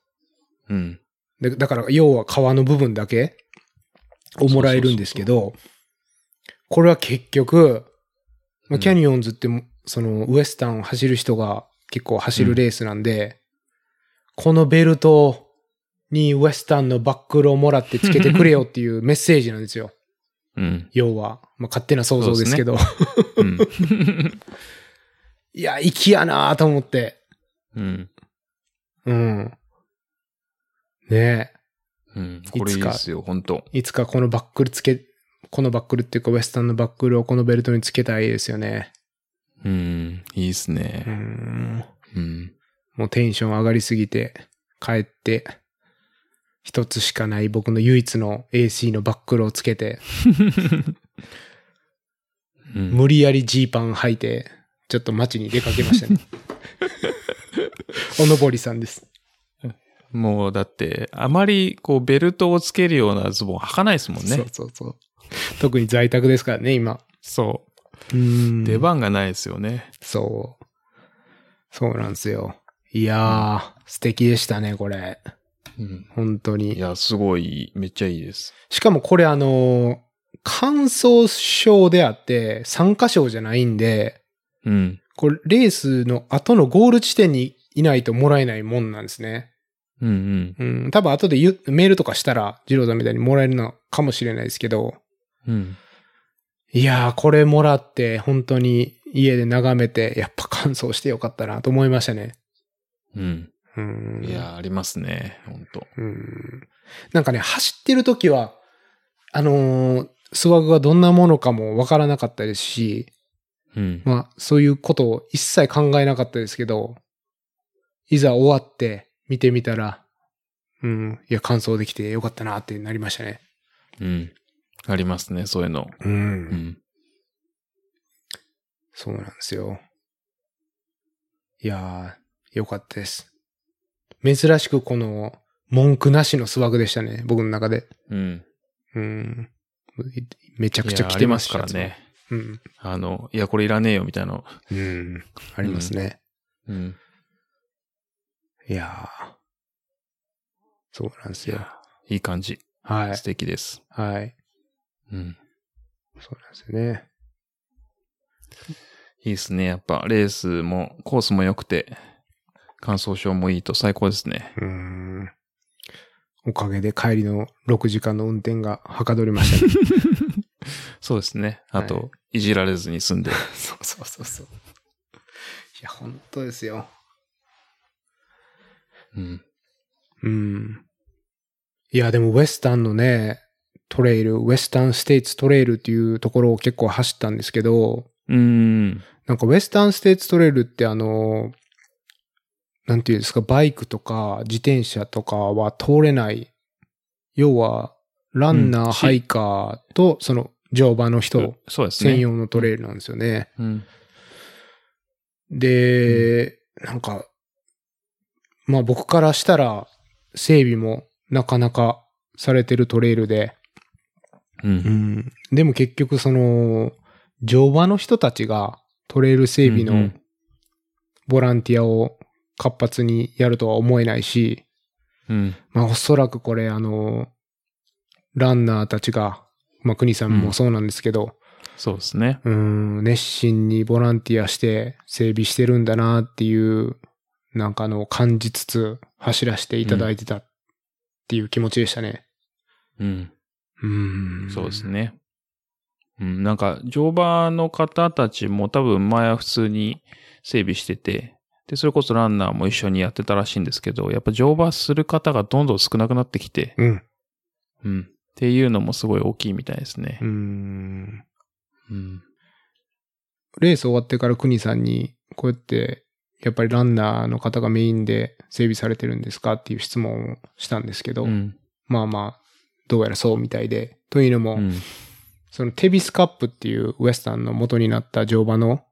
A: うん。
B: でだから、要は皮の部分だけをもらえるんですけど、これは結局、
A: う
B: まあ、
A: ん
B: キャニオンズっても、その、ウエスタンを走る人が結構走るレースなんで、このベルトにウエスタンのバックルをもらってつけてくれよっていうメッセージなんですよ。
A: うん。
B: 要は、まあ、勝手な想像ですけど。
A: うん。
B: いや、粋やなと思って。
A: うん。
B: うん。ねえ。
A: うん。
B: い
A: これい
B: つ
A: い
B: か
A: ですよ、本当
B: いつかこのバックルつけ、このバックルっていうか、ウエスタンのバックルをこのベルトにつけたいですよね。
A: うん。いいっす
B: うー
A: ね。
B: ん。
A: うん。
B: もうテンション上がりすぎて、帰って、一つしかない僕の唯一の AC のバックルをつけて、
A: うん。
B: 無理やりジーパン履いて、ちょっと街に出かけました ね。おのぼりさんです。
A: もう、だって、あまり、こう、ベルトをつけるようなズボン履かないですもん
B: そう
A: ね。
B: そうそう。特に在宅ですからね、今。
A: そうう。
B: ん
A: 出番がないですよね。
B: そう。そうなんですよ。いやー、素敵でしたね、これ。
A: うん。
B: 本当
A: い
B: に。
A: や、すごい、めっちゃいいです。
B: しかもこれあのー、感想症であって、参加賞じゃないんで、
A: うん。
B: これレースの後のゴール地点にいないともらえないもんなんですね。
A: うんうん。
B: うん、多分後でゆメールとかしたら、ジローさんみたいにもらえるのかもしれないですけど、
A: うん。
B: いやー、これもらって、本当に家で眺めて、やっぱ感想してよかったなと思いましたね。
A: うん。
B: うん。
A: いや、ありますね。本当
B: うんなんかね、走ってる時は、あのースワグがどんなものかもわからなかったですし、
A: うん。
B: まあ、そういうことを一切考えなかったですけど、いざ終わって見てみたら、うん、いや、完走できてよかったなってなりましたね。
A: うん。ありますね、そういうの。
B: うん。
A: うん。
B: そうなんですよ。いやー、よかったです。珍しくこの、文句なしのスワグでしたね、僕の中で。
A: うん。
B: うん。いめちゃくち
A: い
B: ゃ
A: や
B: 来てます
A: ありますから。ね。
B: シャツも
A: あの、いや、これいらねえよ、みたいな。
B: うん。うん。ありますね。
A: うん。
B: いやー。そうなんです
A: い
B: よ。
A: や、いい感じ。
B: はい
A: 素。敵です。
B: はい。
A: うん。
B: そうなんですよね。
A: いいですね。やっぱ、レースも、コースも良くて、乾燥症もいいと最高です ね。
B: うーん。おかげで帰りの6時間の運転がはかどりました ね。
A: そうですね。あと、、
B: はい
A: じられずに済んで。
B: そうそうそうそう。 いや、本当ですよ。
A: うん。
B: うん。いや、でもウェスタンのね、トレイル、ウェスタンステイツトレイルっていうところを結構走ったんですけど、
A: うーん。
B: なんかウェスタンステイツトレイルってあの、なんていうんですか、バイクとか自転車とかは通れない。要は、ランナー、
A: うん
B: ハイカーと、その乗馬の人
A: そうですね。
B: 専用のトレイルなんですよね。
A: うん。
B: で、なんか、まあ僕からしたら整備もなかなかされてるトレイルで、
A: う。
B: うんん。でも結局その、乗馬の人たちがトレイル整備
A: うんう
B: の
A: ん
B: ボランティアを活発にやるとは思えないし、
A: うん。
B: まあおそらくこれあの、ランナーたちが、まあ国さんもそうなんですけど、
A: そうですね。
B: うん、熱心にボランティアして整備してるんだなっていう、なんかあの、感じつつ走らせていただいてたっていう気持ちでしたね。
A: うん。
B: うん。
A: そうです。ね。うん。なんか、乗馬の方たちも多分前は普通に整備してて、で、それこそランナーも一緒にやってたらしいんですけど、やっぱ乗馬する方がどんどん少なくなってきて、
B: うん。
A: うん。っていうのもすごい大きいみたいですね
B: う。ん。
A: うん。
B: レース終わってから国さんに、こうやって、やっぱりランナーの方がメインで整備されてるんですかっていう質問をしたんですけど、
A: うん。
B: まあまあ、どうやらそうみたいで、というのも、
A: うん。
B: そのテビスカップっていうウエスタンの元になった乗馬の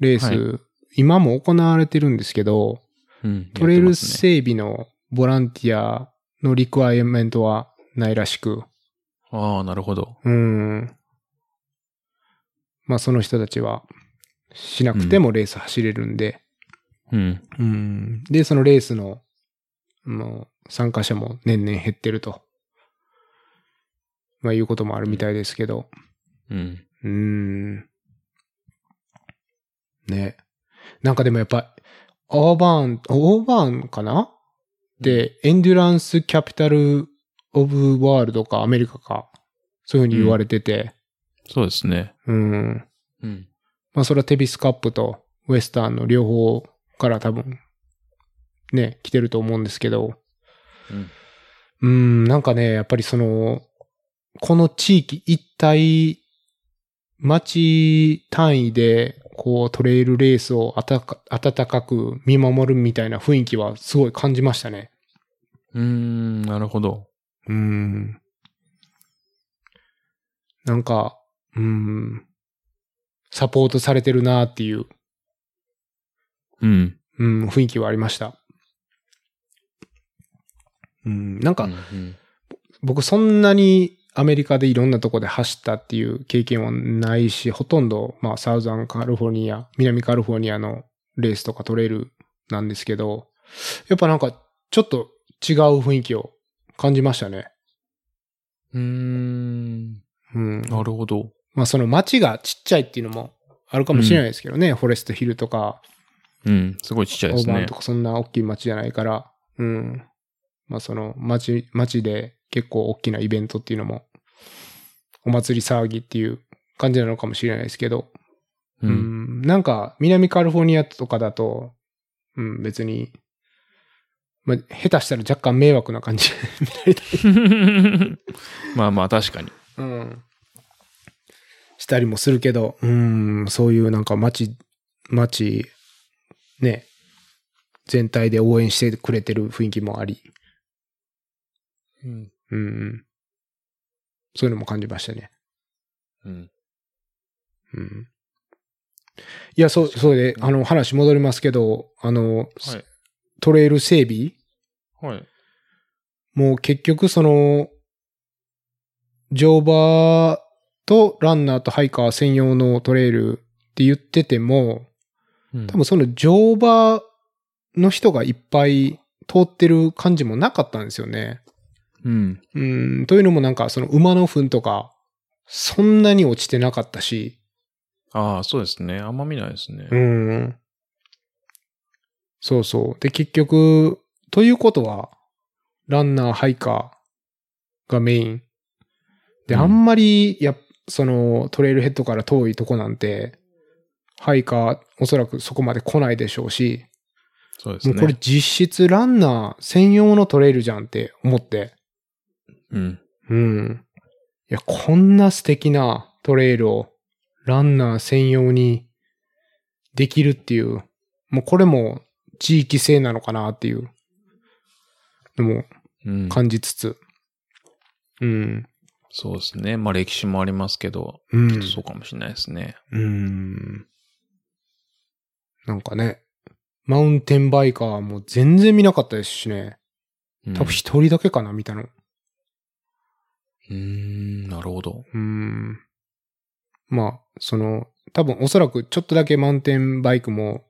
B: レース、
A: は
B: 今も行われてるんですけど、
A: うん。
B: トレイ
A: やってま
B: ル
A: すね
B: 整備のボランティアのリクワイアメントはないらしく、
A: ああ、なるほど。
B: うん。まあその人たちはしなくてもレース走れるんで、
A: うん。
B: うんで、そのレースの、もう参加者も年々減ってると、まあいうこともあるみたいですけど、
A: うん。
B: うーん。ね。なんかでもやっぱ、オーバーン、オーバーンかなで、エンデュランスキャピタルオブワールドかアメリカか、そういうふうに言われてて、
A: そうですね。
B: うん。
A: うん。
B: まあそれはテビスカップとウエスタンの両方から多分、ね、来てると思うんですけど、
A: うん。
B: うーん、なんかね、やっぱりその、この地域一体、町単位で、こう、トレイルレースをあたか温かく見守るみたいな雰囲気はすごい感じましたね。
A: うーん、なるほど。
B: うーん。なんか、うーん、サポートされてるなっていう、
A: うん。
B: うん、雰囲気はありました。うん、なんか
A: う、ん
B: 僕そんなにアメリカでいろんなとこで走ったっていう経験はないし、ほとんど、まあ、サウザンカリフォルニア、南カリフォルニアのレースとかトレイルなんですけど、やっぱなんか、ちょっと違う雰囲気を感じましたね。
A: うーん。
B: うん。
A: なるほど。
B: まあ、その街がちっちゃいっていうのもあるかもしれないですけどね、フォレストヒルとか、
A: うん。すごいちっちゃい
B: オ
A: で
B: ー
A: す
B: バーン
A: ね
B: と。かそんな大きい街じゃないから、うん。まあ、その街、街で結構大きなイベントっていうのも、お祭り騒ぎっていう感じなのかもしれないですけど、
A: う。
B: うんんなんか南カリフォルニアとかだと、うん、別に、まあ、下手したら若干迷惑な感じ 見られたり、
A: まあまあ、確かに。
B: うん、したりもするけど、うん、そういうなんか街、街、ね、全体で応援してくれてる雰囲気もあり、
A: うん。
B: うん。そういうのも感じましたね。
A: うん。
B: うんいや、そう、そうで、あの、話戻りますけど、あの、
A: はい
B: トレイル整備
A: はい。
B: もう結局その、乗馬とランナーとハイカー専用のトレイルって言ってても、
A: うん
B: 多分その乗馬の人がいっぱい通ってる感じもなかったんですよね。
A: うん。
B: うん、というのもなんかその馬の糞とか、そんなに落ちてなかったし、
A: ああ、そうですね。あんま見ないですね。
B: うん。そうそう。で、結局、ということは、ランナー、ハイカーがメイン。で、
A: うん
B: あんまり、やっ、その、トレイルヘッドから遠いとこなんて、ハイカー、おそらくそこまで来ないでしょうし、
A: そうです
B: も
A: ね。
B: うこれ実質ランナー専用のトレイルじゃんって思って。
A: うん。
B: うん。いや、こんな素敵なトレイルをランナー専用にできるっていう、もうこれも地域性なのかなっていうのも
A: うん。
B: 感じつつ。うん。
A: そうですね。まあ歴史もありますけど、
B: うん。
A: ちょっとそうかもしれないですね。
B: うん。なんかね、マウンテンバイカーも全然見なかったですしね。
A: うん
B: 多分一人だけかな、見たの。
A: うーん、なるほど。
B: うーん。まあ、その、多分おそらくちょっとだけマウンテンバイクも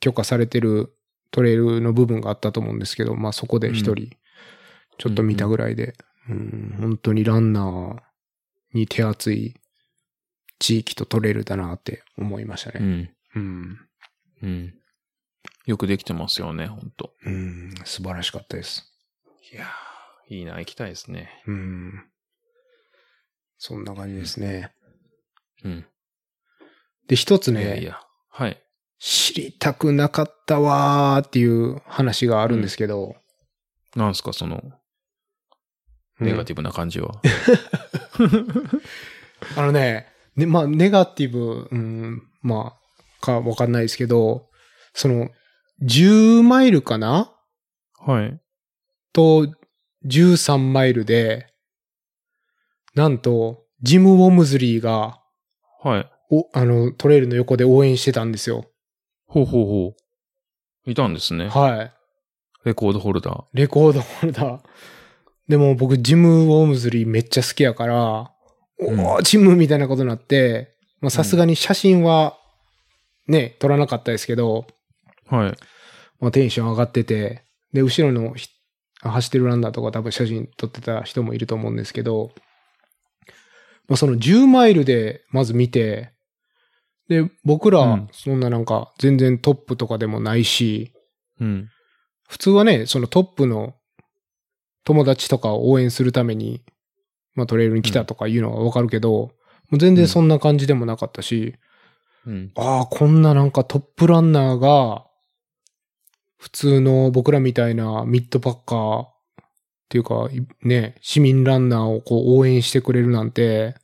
B: 許可されてるトレイルの部分があったと思うんですけど、まあそこで一
A: う
B: 人、ちょっと見たぐらいで、うん、本当にランナーに手厚い地域とトレイルだなって思いました
A: う
B: ね。
A: ん。
B: うん。
A: うん。よくできてますよね、ほんと。
B: うん、素晴らしかったです。
A: いやー、いいな、行きたいですね。
B: うん。そんな感じですね。
A: うん。
B: で、一つね、
A: いやいや。はい。
B: 知りたくなかったわーっていう話があるんですけど。
A: なんですか、その、ネガティブな感じ は。
B: ィブ。あのね、ねまあ、ネガティブ、うん、まあ、かわかんないですけど、その、10マイルかな
A: はい。
B: と、13マイルで、なんと、ジム・ウォムズリーが、
A: はい。
B: お、あの、トレイルの横で応援してたんですよ。
A: ほうほうほう。いたんですね。
B: はい。
A: レコードホルダー。
B: レコードホルダー。でも僕、ジム・ウォームズリーめっちゃ好きやから、
A: うん
B: おー、ジムみたいなことになって、まあさすがに写真はね、撮らなかったですけど、
A: はい。
B: まあ、テンション上がってて、で、後ろのひ走ってるランナーとか多分写真撮ってた人もいると思うんですけど、まあ、その10マイルでまず見て、で、僕
A: う
B: ら
A: ん、
B: そんななんか全然トップとかでもないし、
A: うん。
B: 普通はね、そのトップの友達とかを応援するために、まあトレイルに来たとかいうのはわかるけど、もう全然そんな感じでもなかったし、
A: うん。
B: ああ、こんななんかトップランナーが、普通の僕らみたいなミッドパッカーっていうか、いね、市民ランナーをこう応援してくれるなんて、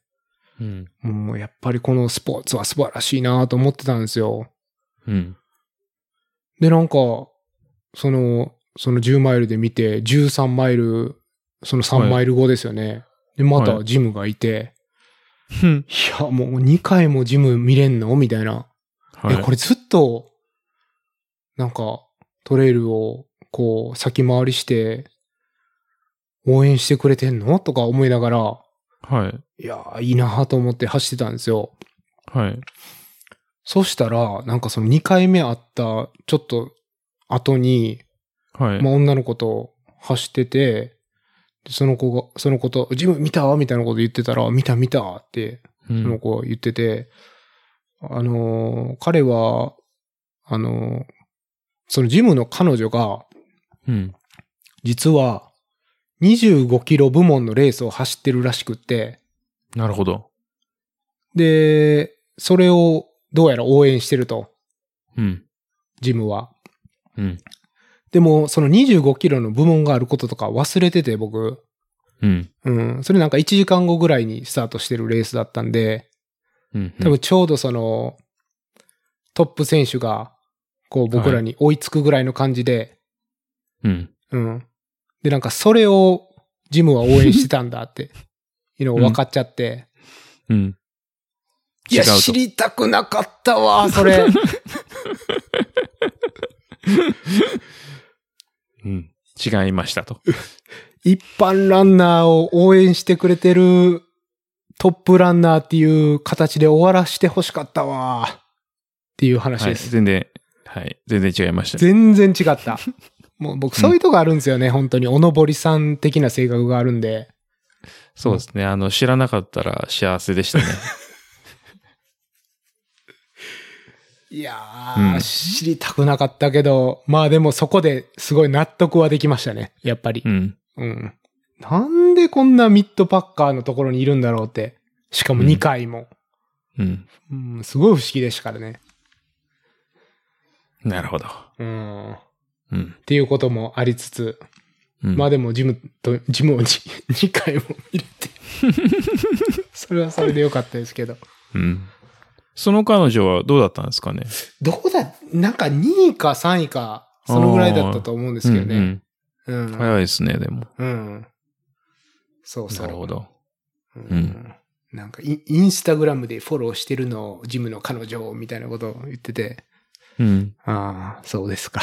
A: うん。
B: もうやっぱりこのスポーツは素晴らしいなと思ってたんですよ。
A: うん。
B: で、なんか、その、その10マイルで見て、13マイル、その
A: は
B: 3
A: い
B: マイル後ですよね。で、ま
A: は
B: た
A: い
B: ジムがいて、い、や、もう2回もジム見れんのみたいな。
A: はい。
B: え、これずっと、なんか、トレイルを、こう、先回りして、応援してくれてんのとか思いながら、
A: はい。
B: いやー、いいなーと思って走ってたんですよ。
A: はい。
B: そしたら、なんかその2回目あった、ちょっと、後に、
A: はい。
B: まあ、女の子と走ってて、でその子が、その子と、ジム見たみたいなこと言ってたら、見た見たって、
A: う
B: その
A: ん。
B: 子は言ってて、あのー彼は、あのーそのジムの彼女が、
A: うん。
B: 実は、25キロ部門のレースを走ってるらしくって、
A: なるほど。
B: で、それを、どうやら応援してると、
A: うん。
B: ジムは。
A: うん。
B: でも、その25キロの部門があることとか忘れてて、僕。
A: うん。
B: うん。それなんか1時間後ぐらいにスタートしてるレースだったんで、
A: うん。
B: 多分ちょうどその、トップ選手が、こう僕らに追いつくぐらいの感じで、
A: うん。
B: うん。で、なんかそれを、ジムは応援してたんだっていうのが分かっちゃって。
A: うん。
B: いや、
A: 違うと
B: 知りたくなかったわ、それ。
A: うん。違いましたと。
B: 一般ランナーを応援してくれてるトップランナーっていう形で終わらしてほしかったわ。っていう話
A: はい。
B: です。
A: 全然、はい。全然違いました。
B: 全然違った。もう僕そういうとこあるんですよね、本当に。おのぼりさん的な性格があるんで。
A: そうですね。あの、知らなかったら幸せでしたね。
B: いやー、
A: うん
B: 知りたくなかったけど、まあでもそこですごい納得はできましたね、やっぱり
A: う。ん。
B: うん。なんでこんなミッドパッカーのところにいるんだろうって。しかも2回も。
A: うん。
B: うん、すごい不思議でしたからね。
A: なるほど。
B: うん。っ
A: うん。
B: ていうこともありつつ、
A: うん、
B: まあでもジムと、ジムをじ 2回も入れ て。それはそれでよかったですけど。
A: うん。その彼女はどうだったんですかね
B: どこだ、なんか2位か3位か、そのぐらいだったと思うんですけどね。うん、うん
A: うんうん。早いですね、でも。
B: うん。そうそう。
A: なるほど。
B: うん。
A: ん
B: なんかイン、インスタグラムでフォローしてるのを、ジムの彼女みたいなことを言ってて、
A: うん。
B: ああ、そうですか。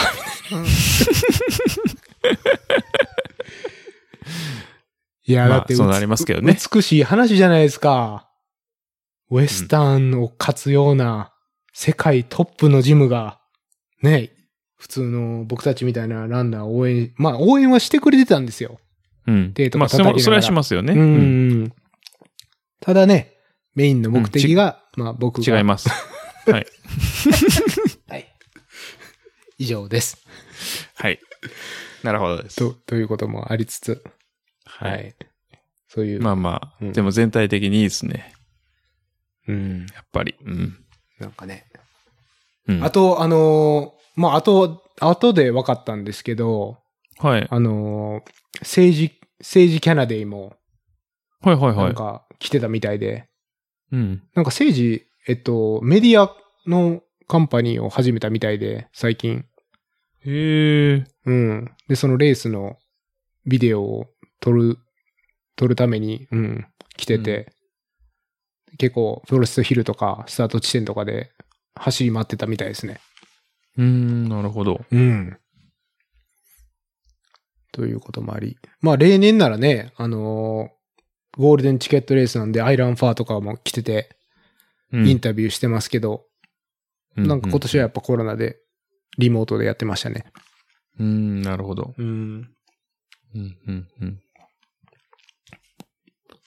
B: い
A: ま
B: や、
A: あ
B: だってうつ、
A: そうなりますけどね
B: 美しい話じゃないですか。ウェスタンを勝つような、世界トップのジムが、ね、普通の僕たちみたいなランナーを応援、まあ応援はしてくれてたんですよ。
A: うん
B: デー。ト
A: まあ、
B: が
A: そ
B: 叩きながら
A: れそれはしますよね。
B: うんうんうん。ただね、メインの目的が、まあ僕
A: 違
B: が。
A: い ます。はい。
B: はい。以上です。
A: はい。なるほどです。
B: と、ということもありつつ、は。
A: はいい。
B: そういう。
A: まあまあ、
B: うん
A: でも全体的にいいですね。
B: うん。
A: やっぱり。うん。
B: なんかね。
A: うん、
B: あと、あのーまあ、あと、後で分かったんですけど、
A: はい。
B: あのー政治、政治キャナデイも、
A: はいはい
B: な
A: は
B: ん
A: い。
B: か来てたみたいで、
A: うん。
B: なんか政治、えっと、メディアのカンパニーを始めたみたいで、最近。
A: へえ。
B: うん。で、そのレースのビデオを撮る、撮るために、うん、来てて、結構、フォレストヒルとか、スタート地点とかで走り回ってたみたいですね。
A: うーん、なるほど。
B: うん。ということもあり。まあ、例年ならね、あのーゴールデンチケットレースなんで、アイランファーとかも来てて、
A: うん
B: インタビューしてますけど、なんか今年はや
A: は。
B: っぱコロナで、リモートでやってましたね。
A: うん、うんなるほど。
B: うん。
A: うん、うん、うん。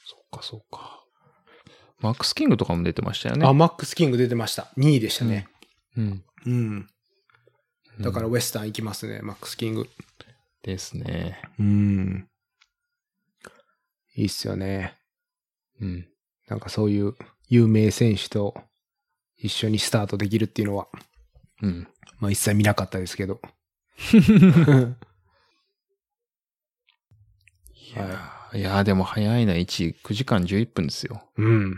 A: そっかそっか。マックス・キングとかも出てましたよね。
B: あ、マックス・キング出てました。2位でしたね。
A: うん。
B: うんだから
A: う
B: ウ
A: ん
B: ェスタン行きますね、マックス・キング。
A: ですね。
B: うん。いいっすよね。
A: うん。
B: なんかそういう有名選手と一緒にスタートできるっていうのは、
A: うん。
B: まあ一切見なかったです けど。
A: いやー、いやーでも早いな、1位。9時間11分ですよ。
B: うん。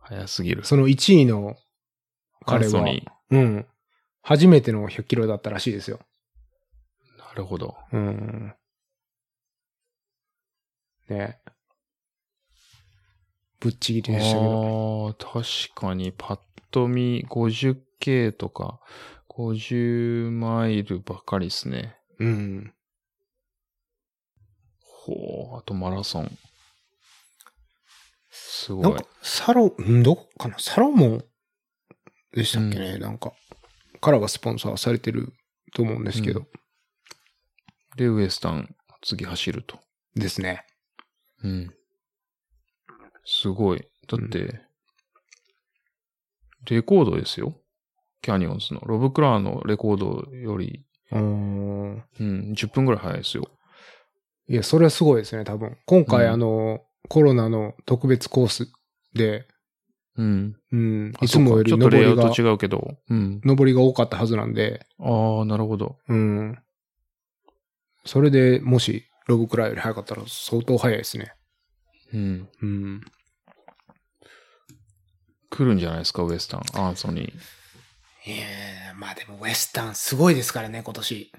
A: 早すぎる。
B: その1位の彼
A: アンソ
B: は、
A: ニ
B: うん。初めての100キロだったらしいですよ。
A: ーなるほど。
B: うん。ねぶっちぎりでしたけど。
A: あー確かに、パッと見、50K とか、50マイルばかりですね。
B: うん。
A: ほう、あとマラソン。す
B: な
A: ご
B: ん
A: い
B: か。、サロ、んどこかなサロモンでしたっけね、なんか。からがスポンサーされてると思うんですけど。
A: で、ウエスタン、次走ると。
B: ですね。
A: うん。すごい。だって、レコードですよ。キャニオンズの。ロブ・クラーのレコードより、
B: うーん。
A: うん、10分ぐらい早いですよ。
B: いや、それはすごいですね、多分。今回、
A: うん
B: あの、コロナの特別コースで、
A: うん。
B: うん、
A: あ
B: いつもより
A: そうかちょっとレイア
B: 上り
A: ウ
B: が
A: ト、違うけど。うん。
B: 上りが多かったはずなんで、
A: ああ、なるほど。
B: うん。それでもし、ロブくらいより早かったら相当早いですね。
A: うん。
B: うん。
A: 来るんじゃないですか、ウエスタン、アンソニー。
B: ええまあでもウエスタンすごいですからね、今年。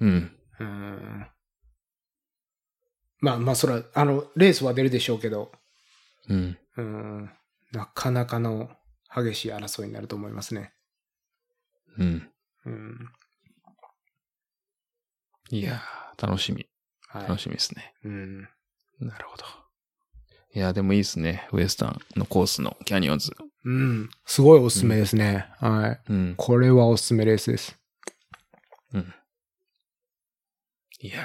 A: うん。
B: うーんまあまあ、そら、あの、レースは出るでしょうけど、
A: うん。
B: うん、なかなかの激しい争いになると思いますね。
A: うん。
B: うん。
A: いやー、楽しみ。
B: は
A: 楽
B: い。
A: しみですね。
B: うん。
A: なるほど。いやー、でもいいですね。ウエスタンのコースのキャニオンズ。
B: うん。すごいおすすめですね。はい。
A: うん。
B: これはおすすめレースです。
A: うん。いやー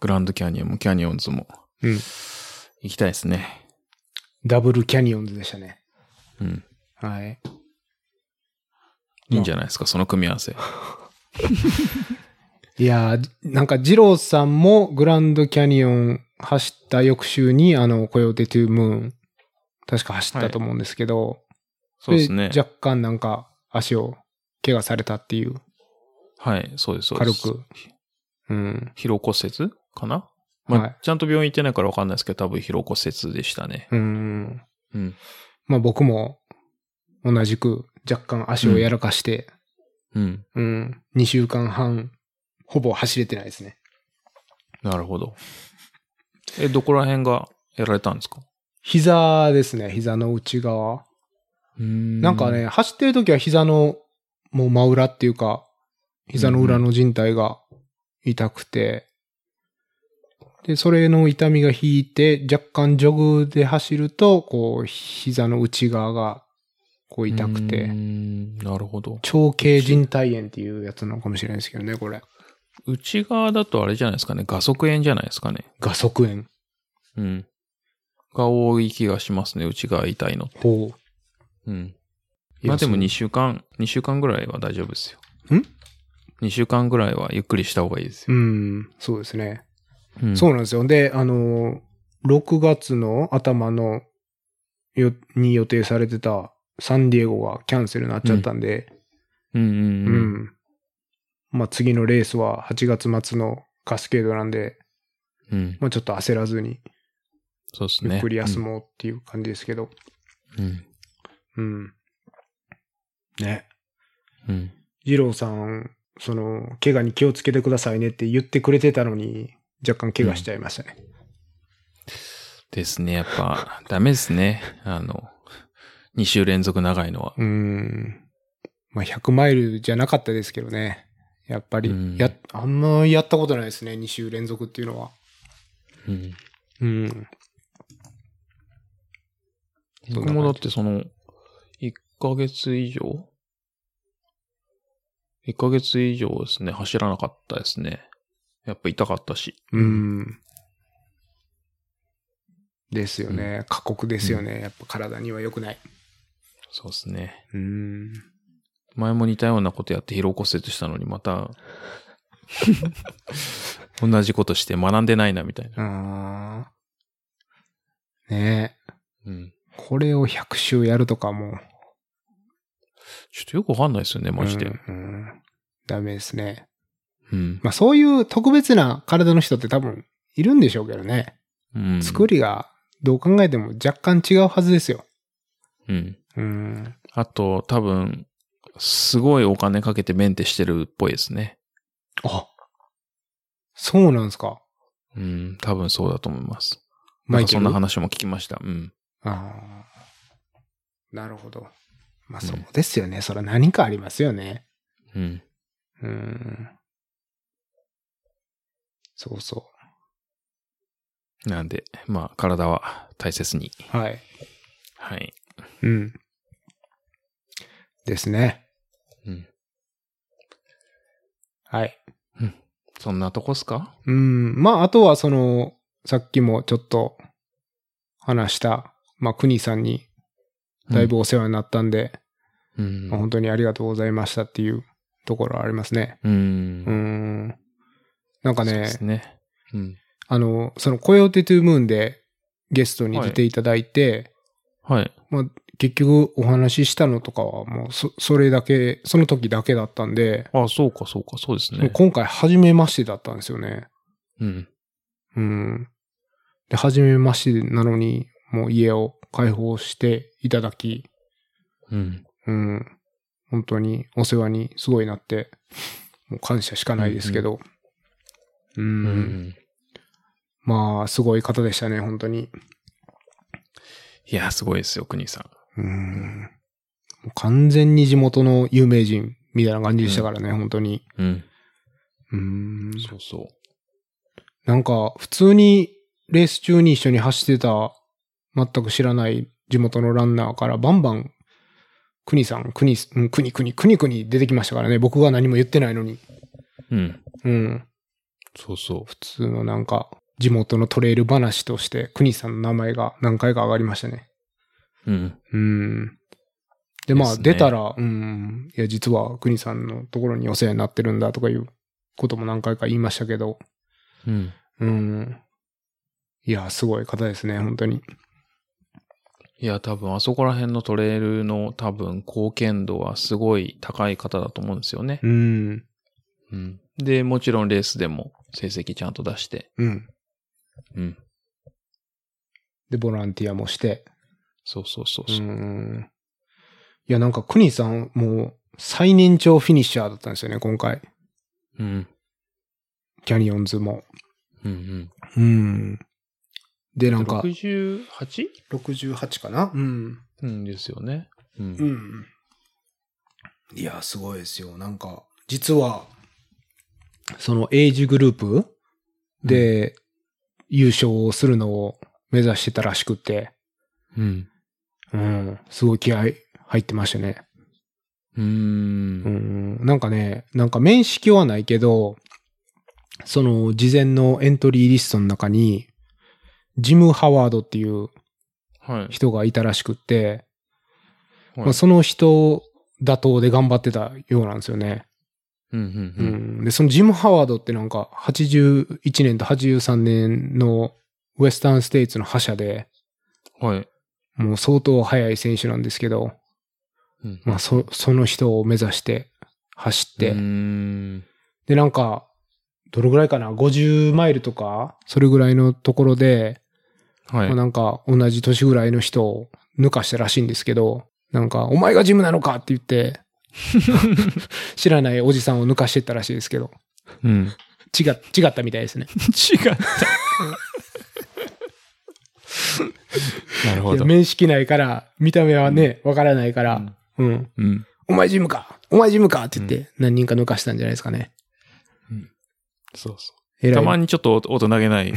A: グランドキャニオンもキャニオンズも
B: うん。
A: 行きたいですね。
B: ダブルキャニオンズでしたね。
A: うん。
B: はい。
A: いいんじゃないですか、その組み合わせ。
B: いやー、なんか、二郎さんもグランドキャニオン走った翌週に、あの、コヨーテ・トゥ・ムーン、確か走ったと思うんですけど、
A: そうですね。
B: 若干なんか、足を怪我されたっていう、
A: はい、そうです、そうで
B: 軽
A: す。
B: く。うん。
A: 疲労骨折かなまあ、
B: はい
A: ちゃんと病院行ってないからわかんないですけど、多分疲労骨折でしたね。
B: うん。
A: うん。
B: まあ僕も、同じく、若干足をやらかして、
A: うん。
B: うん、2週間半、ほぼ走れてないですね。
A: なるほど。え、どこら辺がやられたんですか
B: 膝ですね、膝の内側。
A: な
B: なんかね、、走ってる時は膝の、もう真裏っていうか、膝の裏の靭帯が痛くて、で、それの痛みが引いて、若干ジョグで走ると、こう、膝の内側が、こう痛く
A: うー
B: て、
A: んなるほど。
B: 長径靭帯炎っていうやつなのかもしれないですけどね、これ。
A: 内側だとあれじゃないですかね。画側炎じゃないですかね。
B: 画側炎。
A: うん。が多い気がしますね。内側痛いの。
B: ほう。
A: うん。
B: いや
A: まあでも
B: そう
A: 2週間、2週間ぐらいは大丈夫ですよ。
B: ん
A: ?2 週間ぐらいはゆっくりした方がいいです
B: う
A: よ。
B: ん、そうですね。
A: うん
B: そうなんですよ。で、あの、6月の頭のよ、に予定されてたサンディエゴがキャンセルになっちゃったんで、
A: うんう
B: うんん。
A: うん。
B: まあ次のレースは8月末のカスケードなんで、
A: うん。
B: まあちょっと焦らずに、
A: そうですね。
B: ゆっくり休もうっていう感じですけど、
A: うん。うん。
B: うん。ね。
A: うん。
B: 二郎さん、その、怪我に気をつけてくださいねって言ってくれてたのに、若干怪我しちゃいましたね。
A: ですね。やっぱ、ダメですね。あの、2週連続長いのは。
B: うーん。まあ、100マイルじゃなかったですけどね。やっぱり、
A: うん
B: や、あんまやったことないですね。2週連続っていうのは。
A: うん。
B: うん。そんな感じ
A: 僕もだってその、1ヶ月以上 ?1 ヶ月以上ですね、走らなかったですね。やっぱ痛かったし。
B: うん。ですよね。過酷ですよね。やっぱ体には良くない。
A: そうですね。
B: うん。
A: 前も似たようなことやって疲労骨折したのにまた、同じことして学んでないなみたいな。
B: あーねえ。
A: うん。
B: これを100周やるとかも。
A: ちょっとよくわかんないですよね、マジで。
B: うんうんダメですね。
A: うん。
B: まあ、そういう特別な体の人って多分いるんでしょうけどね。
A: うん。
B: 作りがどう考えても若干違うはずですよ。
A: うん。
B: うん。
A: あと、多分、すごいお金かけてメンテしてるっぽいですね。
B: あ、そうなんですか。
A: うん。多分そうだと思います。
B: マイケ
A: そ
B: ル。
A: んな話も聞きました。うん。
B: あーなるほど。まあそうですよね。それは何かありますよね。
A: うん。
B: うん。そうそ
A: なんで、まあ、体は大切に。
B: う。はい。
A: はい。
B: うん。ですね。
A: うん。
B: はい。
A: そんなとこっすか
B: うん。まああとはその、さっきもちょっと話した、まあ国さんにだいぶ、お世話になったんで、
A: うん。
B: 本当にありがとうございましたっていうところはありますね。
A: う
B: うー
A: ん。
B: ん。なんか
A: そうで
B: ね、
A: すね。うん。
B: あの、その、コヨーテ・トゥ・ムーンでゲストに出ていただいて、
A: はい。
B: まあ、結局お話ししたのとかはもうそ、それだけ、その時だけだったんで、
A: あ、そうか、そうか、そうです
B: もう
A: ね。
B: 今回初めましてだったんですよね。
A: うん。
B: うん。で、初めましてなのに、もう家を開放していただき、
A: うん。
B: うん。本当にお世話にすごいなって、もう感謝しかないですけど。うん、
A: うん。
B: まあ、すごい方でしたね、本当に。
A: いや、すごいですよ、国井さん。
B: うん。もう完全に地元の有名人みたいな感じでしたからね、本当に。
A: うん。
B: うん。
A: そうそう。
B: なんか、普通にレース中に一緒に走ってた、全く知らない地元のランナーからバンバン、くにさん、くに、うんくにくに、くにくに出てきましたからね。僕が何も言ってないのに。
A: うん。
B: うん。
A: そうそ
B: 普通のなんか、地元のトレイル話として、くにさんの名前が何回か上がりましたね。
A: う。うん。
B: うん。で、ま
A: で
B: あ、
A: すね
B: 出たら、うん、いや、実は、くにさんのところにお世話になってるんだとかいうことも何回か言いましたけど、
A: うん。
B: うん。いや、すごい方ですね、本当に。
A: いや、多分、あそこら辺のトレイルの多分、貢献度はすごい高い方だと思うんですよね。
B: うん。
A: うん。で、もちろんレースでも成績ちゃんと出して。
B: うん。
A: うん。
B: で、ボランティアもして。
A: そうそうそう
B: う
A: そう。
B: ん。いや、なんか、くにさん、もう、最年長フィニッシャーだったんですよね、今回。
A: うん。
B: キャニオンズも。
A: うんうん。
B: うん。で、な
A: なんんか。
B: か、
A: 68?
B: 68かなうん。
A: うんですよね。うん。
B: うん。いや、すごいですよ。なんか、実は、そのエイジグループで優勝するのを目指してたらしくて、
A: うん。
B: うん、すごい気合入ってましたね。
A: うー。
B: うんん、なんかね、なんか面識はないけど、その事前のエントリーリストの中に、ジム・ハワードっていう
A: はい。
B: 人がいたらしくって、
A: はい
B: まあ、その人打倒で頑張ってたようなんですよね。
A: うんう
B: うんん、で、そのジム・ハワードってなんか、81年と83年のウェスタンステイツの覇者で、
A: うん。はい。
B: もう相当速い選手なんですけど、
A: うん
B: まあ、そ、その人を目指して走って、
A: うーん。
B: で、なんか、どれぐらいかな ?50 マイルとかそれぐらいのところで、
A: はい
B: まあ。なんか同じ年ぐらいの人を抜かしたらしいんですけど、なんか、お前がジムなのかって 言って、知らないおじさんを抜かしてったらしいですけど、
A: うん。違っ
B: 違、違ったみたいですね。
A: た。なるほ
B: いや
A: ど。
B: 面識ないから、見た目はね、わからないから、うん、
A: うん。
B: お前ジムかお前ジムかって言って、何人か抜かしたんじゃないですかね。
A: そうそ
B: え
A: う。
B: ら
A: た
B: い。
A: まにちょっと音投げない。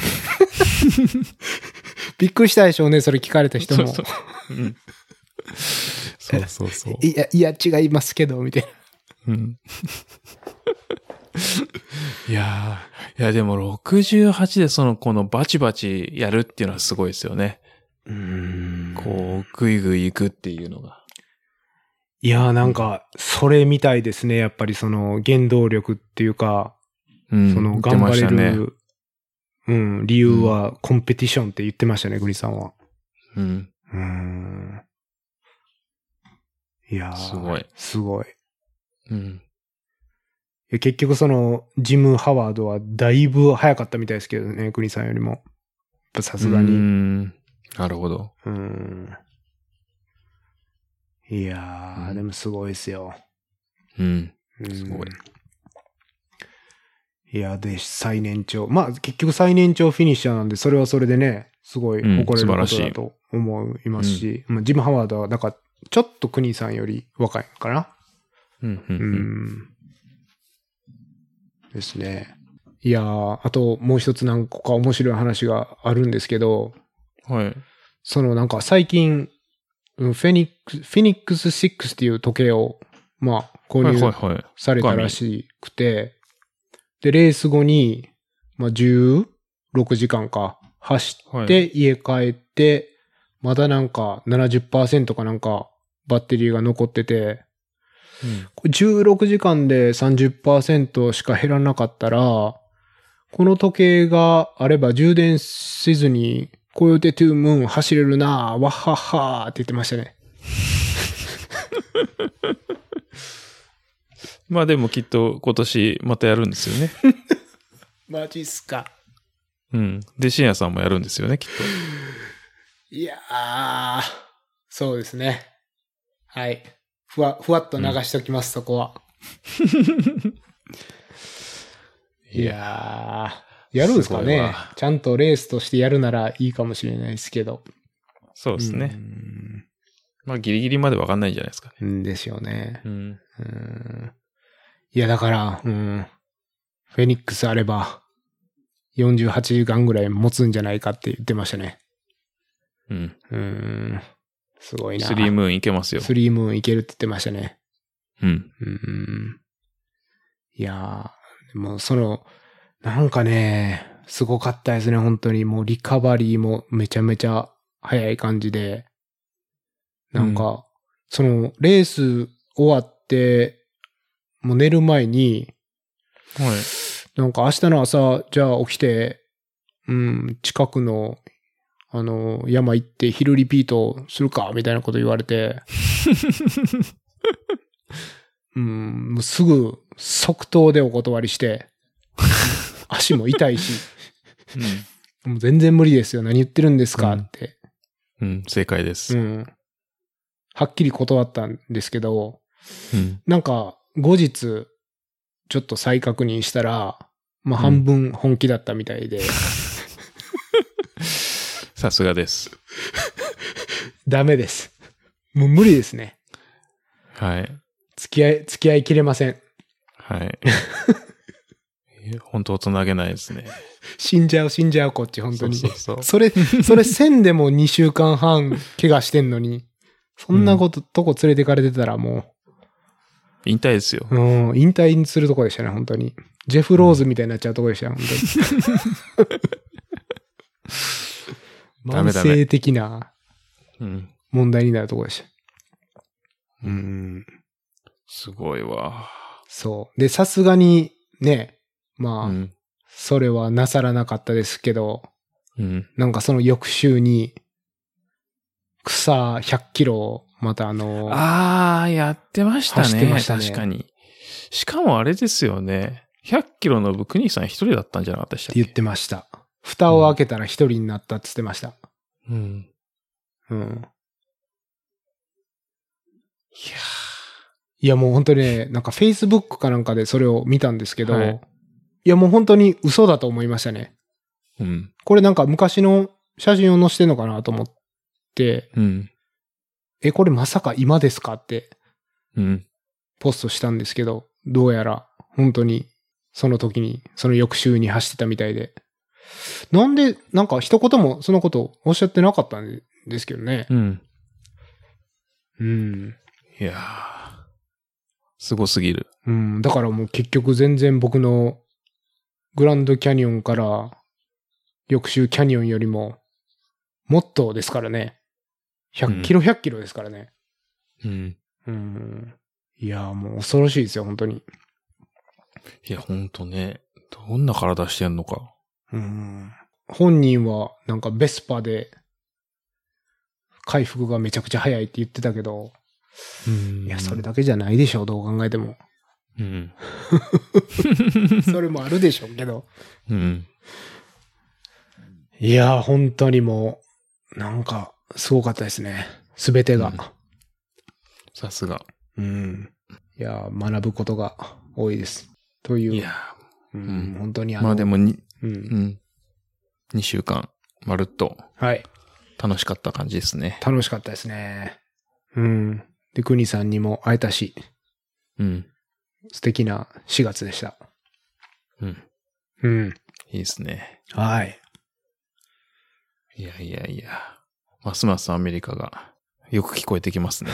B: びっくりしたでしょうね、それ聞かれた人も。
A: そうそう。うん。 そうそうそう。
B: いや、いや、違いますけど、みたいな。
A: うん。いやー、いやでも68でその、このバチバチやるっていうのはすごいですよね。こう、ぐいぐい行くっていうのが。
B: いや、なんか、それみたいですね、やっぱりその原動力っていうか、
A: うん
B: その
A: 言って
B: 頑張
A: まし
B: れ
A: たね。
B: る、うん、理由はコンペティションって言ってましたね、グリさんは。
A: うん。
B: うん。いやー
A: すごい。
B: すごい。
A: うん。
B: いや結局その、ジム・ハワードはだいぶ早かったみたいですけどね、国さんよりも。やっぱさすが
A: うー
B: に。
A: んなるほど。
B: うん。いや
A: う
B: ー、
A: ん
B: でもすごいですよ。
A: うん。
B: うん
A: すごい。
B: いや、で、最年長。まあ、結局最年長フィニッシャーなんで、それはそれでね、すごい
A: うん
B: 誇
A: 素
B: れること
A: 晴らし
B: だ
A: い
B: と思いますし、まあ、ジム・ハワードは、なんか、ちょっと国さんより若いのかな。
A: うん。うん
B: う。
A: うん
B: ん。ですね。いやー、あともう一つ何個か面白い話があるんですけど、
A: はい。
B: そのなんか最近、うんフェニックス、フェニックス6っていう時計を、まあ、購
A: はいはい
B: 入
A: はい。
B: されたらしくて、で、レース後に、まあ、16時間か走っ
A: は
B: て、家帰って、まだなんか70%かなんかバッテリーが残ってて、
A: うん
B: これ16時間で30%しか減らなかったら、この時計があれば充電せずに、コヨテトゥームーン走れるなぁ、わっはっはーって言ってましたね。
A: まあでもきっと今年またやるんですよね。
B: マジっすか。
A: うん。で、深夜さんもやるんですよね、きっ
B: いやー、そうですね。はい。ふわ、ふわっと流しておきます、そこは。
A: と。
B: いやー。やるんですか
A: すごい
B: ね
A: わ
B: ちゃんとレースとしてやるならいいかもしれないですけど。
A: そうですね。
B: うん。
A: まあギリギリまでわかんないんじゃないですかね。
B: うんですよね。
A: うん。
B: うん。いや、だから、うん。フェニックスあれば、48時間ぐらい持つんじゃないかって言ってましたね。
A: うん。
B: うん。すごいな。
A: スリームーンいけますよ。
B: スリームーンいけるって言ってましたね。
A: うん。
B: うん。いやー、でもその、なんかね、すごかったですね、本当に。もうリカバリーもめちゃめちゃ早い感じで。なんか、その、レース終わって、もう寝る前に、
A: はい。
B: なんか明日の朝、じゃあ起きて、うん、近くの、あの、山行って昼リピートするか、みたいなこと言われて。うん、もうすぐ即答でお断りして、足も痛いし、もう全然無理ですよ、何言ってるんですかって。
A: うん。うん、正解です
B: う。ん。はっきり断ったんですけど、
A: うん。
B: なんか後日、ちょっと再確認したら、まあ半分本気だったみたいで。
A: さすがです。
B: ダメです。もう無理ですね。
A: はい。
B: 付き合い、付き合いきれません。
A: はい。いや本当大人げないですね。
B: 死んじゃう、死んじゃう、こっち、本当に。
A: そ
B: そう
A: そうそう
B: れ、それ、線でも2週間半、怪我してんのに、そんなこと、とこ連れてかれてたらも
A: 引退ですよ
B: う、。うん、引退するとこでしたね、本当に。ジェフ・ローズみたいになっちゃうとこでした、本当
A: ダ
B: に。
A: メ
B: 慢
A: ダメ
B: 性的な
A: うん。
B: 問題になるとこでした。うん。
A: すごいわ。
B: そう。で、さすがに、ね、まあ、
A: うん。
B: それはなさらなかったですけど、
A: うん。
B: なんかその翌週に、草100キロを、またあの、
A: あー、やってました
B: 走っ
A: ね。
B: てましたね
A: 確かに。しかもあれですよね。100キロの部クニーさん一人だったんじゃなかったでしたって
B: っ
A: け
B: 言ってました。蓋を開けたら一人になったって言ってました。
A: うん。
B: うん。
A: いや
B: いやもう本当にね、なんか Facebook かなんかでそれを見たんですけど、
A: はい
B: い、やもう本当に嘘だと思いましたね。
A: ーうん。
B: これなんか昔の写真を載せてんのかなと思って、
A: うん。
B: え、これまさか今ですかって
A: うん。
B: ポストしたんですけど、どうやら本当にその時に、その翌週に走ってたみたいで。なんで、なんか一言もそのことおっしゃってなかったんですけどね。
A: うん。
B: うん。
A: いやーすごすぎる。
B: うん。だからもう結局全然僕のグランドキャニオンから翌週キャニオンよりももっとですからね。100キロ100キロですからね。
A: うん。
B: うん。いやーもう恐ろしいですよ、本当に。
A: いや、ほんとね。どんな体してんのか。
B: うん本人はなんかベスパで回復がめちゃくちゃ早いって言ってたけど、
A: うん
B: いや、それ。だけじゃないでしょう、どう考え ても。
A: うん。
B: それもあるでしょうけど。
A: うん。
B: いや、本当にもう、なんか、すごかったですね。すべてが。
A: さすが。
B: うん。いや、学ぶことが多いです。という。
A: いや
B: うん
A: うん
B: 本当に
A: ー
B: あの、
A: まあでもに、
B: う、
A: うんん。2週間、まるっと
B: はい。
A: 楽しかった感じですね。
B: 楽しかったですね。うん。で、くにさんにも会えたし、
A: うん。
B: 素敵な4月でした。
A: うん。
B: うん。
A: いいですね。
B: はい。
A: いやいやいや。ますますアメリカがよく聞こえてきます ね。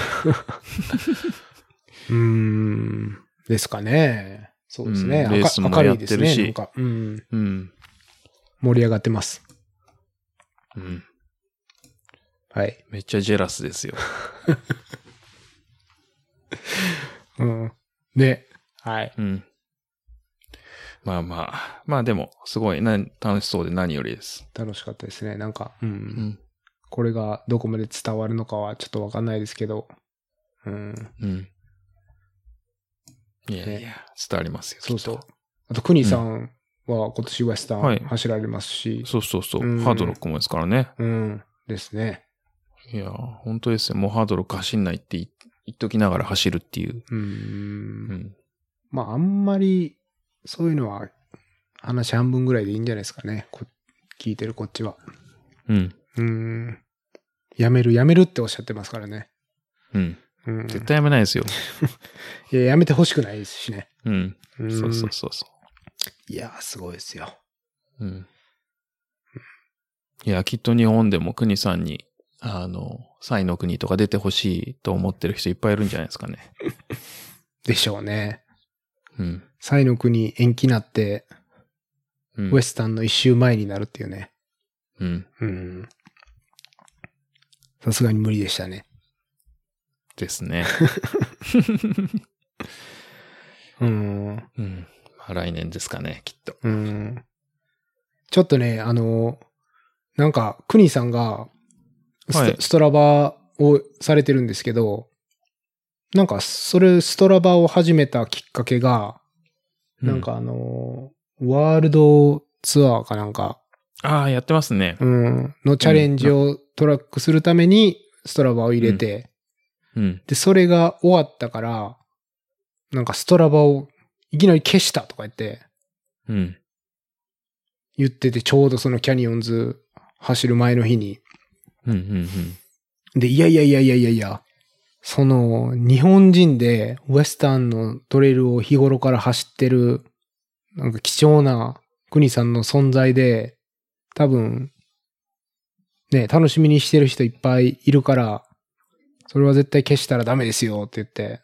B: うーん。ですかね。そうですね。
A: うんレースも
B: 明るいですね
A: やってるし
B: なんか、うん。
A: うん。
B: 盛り上がってます。
A: うん。
B: はい。
A: めっちゃジェラスですよ。
B: うん。ね。はい。
A: うん。まあまあ。まあでも、すごいな、楽しそうで何よりです。
B: 楽しかったですね。なんか、うん。
A: うん。
B: これがどこまで伝わるのかはちょっとわかんないですけど。うん。
A: うん。いやいや、伝わりますよ。
B: そうそう
A: きっ。
B: あと、クニさんは今年ウエスタ
A: は
B: ン
A: い
B: 走られますし
A: と。。そうそうそう。
B: うん
A: ハードロックもですからね。
B: うん。ですね。
A: いや、本当ですよ。もうハードロック走んないって言言っときながら走るっていう。
B: うー。
A: うんん。
B: まあ、あんまり、そういうのは話半分ぐらいでいいんじゃないですかね。こ聞いてるこっちは。
A: うん。
B: うーん。やめる、やめるっておっしゃってますからね。
A: うん。
B: うん。
A: 絶対やめないですよ。
B: いや、やめてほしくないですしね。
A: うん。
B: うーん
A: そうそうそうそ
B: いや、すごいですよ。
A: う。うん。いや、きっと日本でも国さんに、あの、サイの国とか出てほしいと思ってる人いっぱいいるんじゃないですかね。
B: でしょうね。
A: うん。
B: サイの国延期になって、
A: うん
B: ウエスタンの一周前になるっていうね。
A: うん。
B: うん。さすがに無理でしたね。
A: ですね。
B: うん。
A: うん。まあ来年ですかね、きっと。
B: うん。ちょっとね、あの、なんか、クニさんがスト、
A: はい
B: ストラバをされてるんですけど、なんか、それ、ストラバを始めたきっかけが、なんかあの、ワールドツアーかなんか、
A: うん。ああ、やってますね。
B: うん、のチャレンジをトラックするために、ストラバを入れて、
A: うん。
B: で、それが終わったから、なんかストラバをいきなり消したとか言って、
A: うん。
B: 言ってて、ちょうどそのキャニオンズ走る前の日に。
A: うん。うん。
B: で、いやいやいやいやいやいや、その、日本人でウエスタンのトレイルを日頃から走ってる、なんか貴重な国さんの存在で、多分、ね、楽しみにしてる人いっぱいいるから、それは絶対消したらダメですよって言って、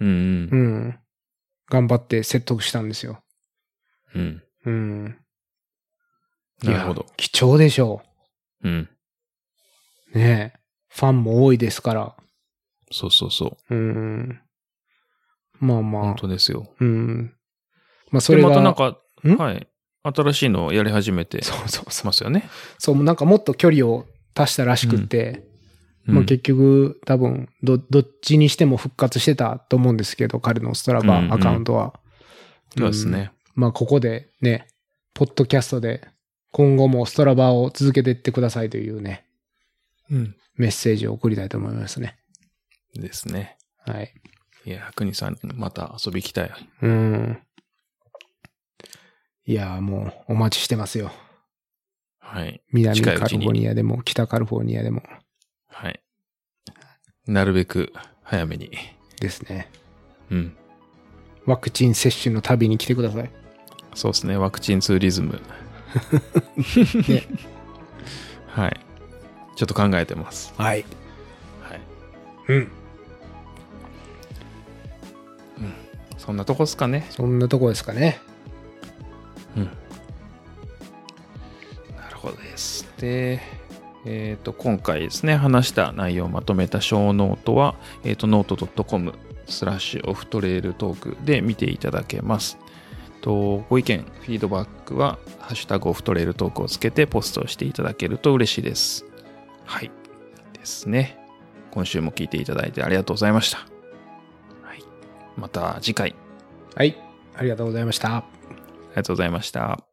A: うん。うん
B: う。ん。頑張って説得したんですよ。
A: うん。
B: うん。いや
A: なるほど。。
B: 貴重でしょ
A: うん。
B: う。ねえファンも多いですから。
A: そうそうそう。
B: うん。まあま
A: 本
B: あ。
A: 当ですよ。
B: うん。まあそ
A: それ
B: れが。
A: またなんか、
B: ん
A: はい。新しいのをやり始めて
B: そうそうそう。
A: ますよね。
B: そう、なんかもっと距離を足したらしくって、まあ
A: うん
B: 結局多分ど、どっちにしても復活してたと思うんですけど、彼のストラ
A: うんう
B: バ
A: ん
B: アカウントは。
A: そうですね。
B: うん。まあここでね、ポッドキャストで今後もストラバを続けていってくださいというね、
A: うん。
B: メッセージを送りたいと思いますね。
A: ですね。
B: はい。
A: いや、国さん、また遊び行きたい。
B: うん。いやーもうお待ちしてますよ。
A: はい。
B: 南
A: 近
B: カ
A: いう
B: ル
A: ち
B: フ
A: に
B: ォルニアでも、北カルフォルニアでも
A: はい。なるべく早めに。
B: ですね。
A: うん。
B: ワクチン接種の旅に来てください。
A: そうですね。ワクチンツーリズ ム。
B: ね
A: はい。ちょっと考えてます。
B: はい。
A: はい。
B: うん。
A: そんなとこっすかね。
B: そんなとこですかね。
A: うん。なるほどです。で、えっ、と、今回ですね、話した内容をまとめた小ノートは、えっ、と、note.com スラッシュオフトレールトークで見ていただけます。とご意見、フィードバックは、ハッシュタグオフトレールトークをつけてポストしていただけると嬉しいです。はい。ですね。今週も聞いていただいてありがとうございました。はい。また次回、
B: はい。ありがとうございました。
A: ありがとうございました。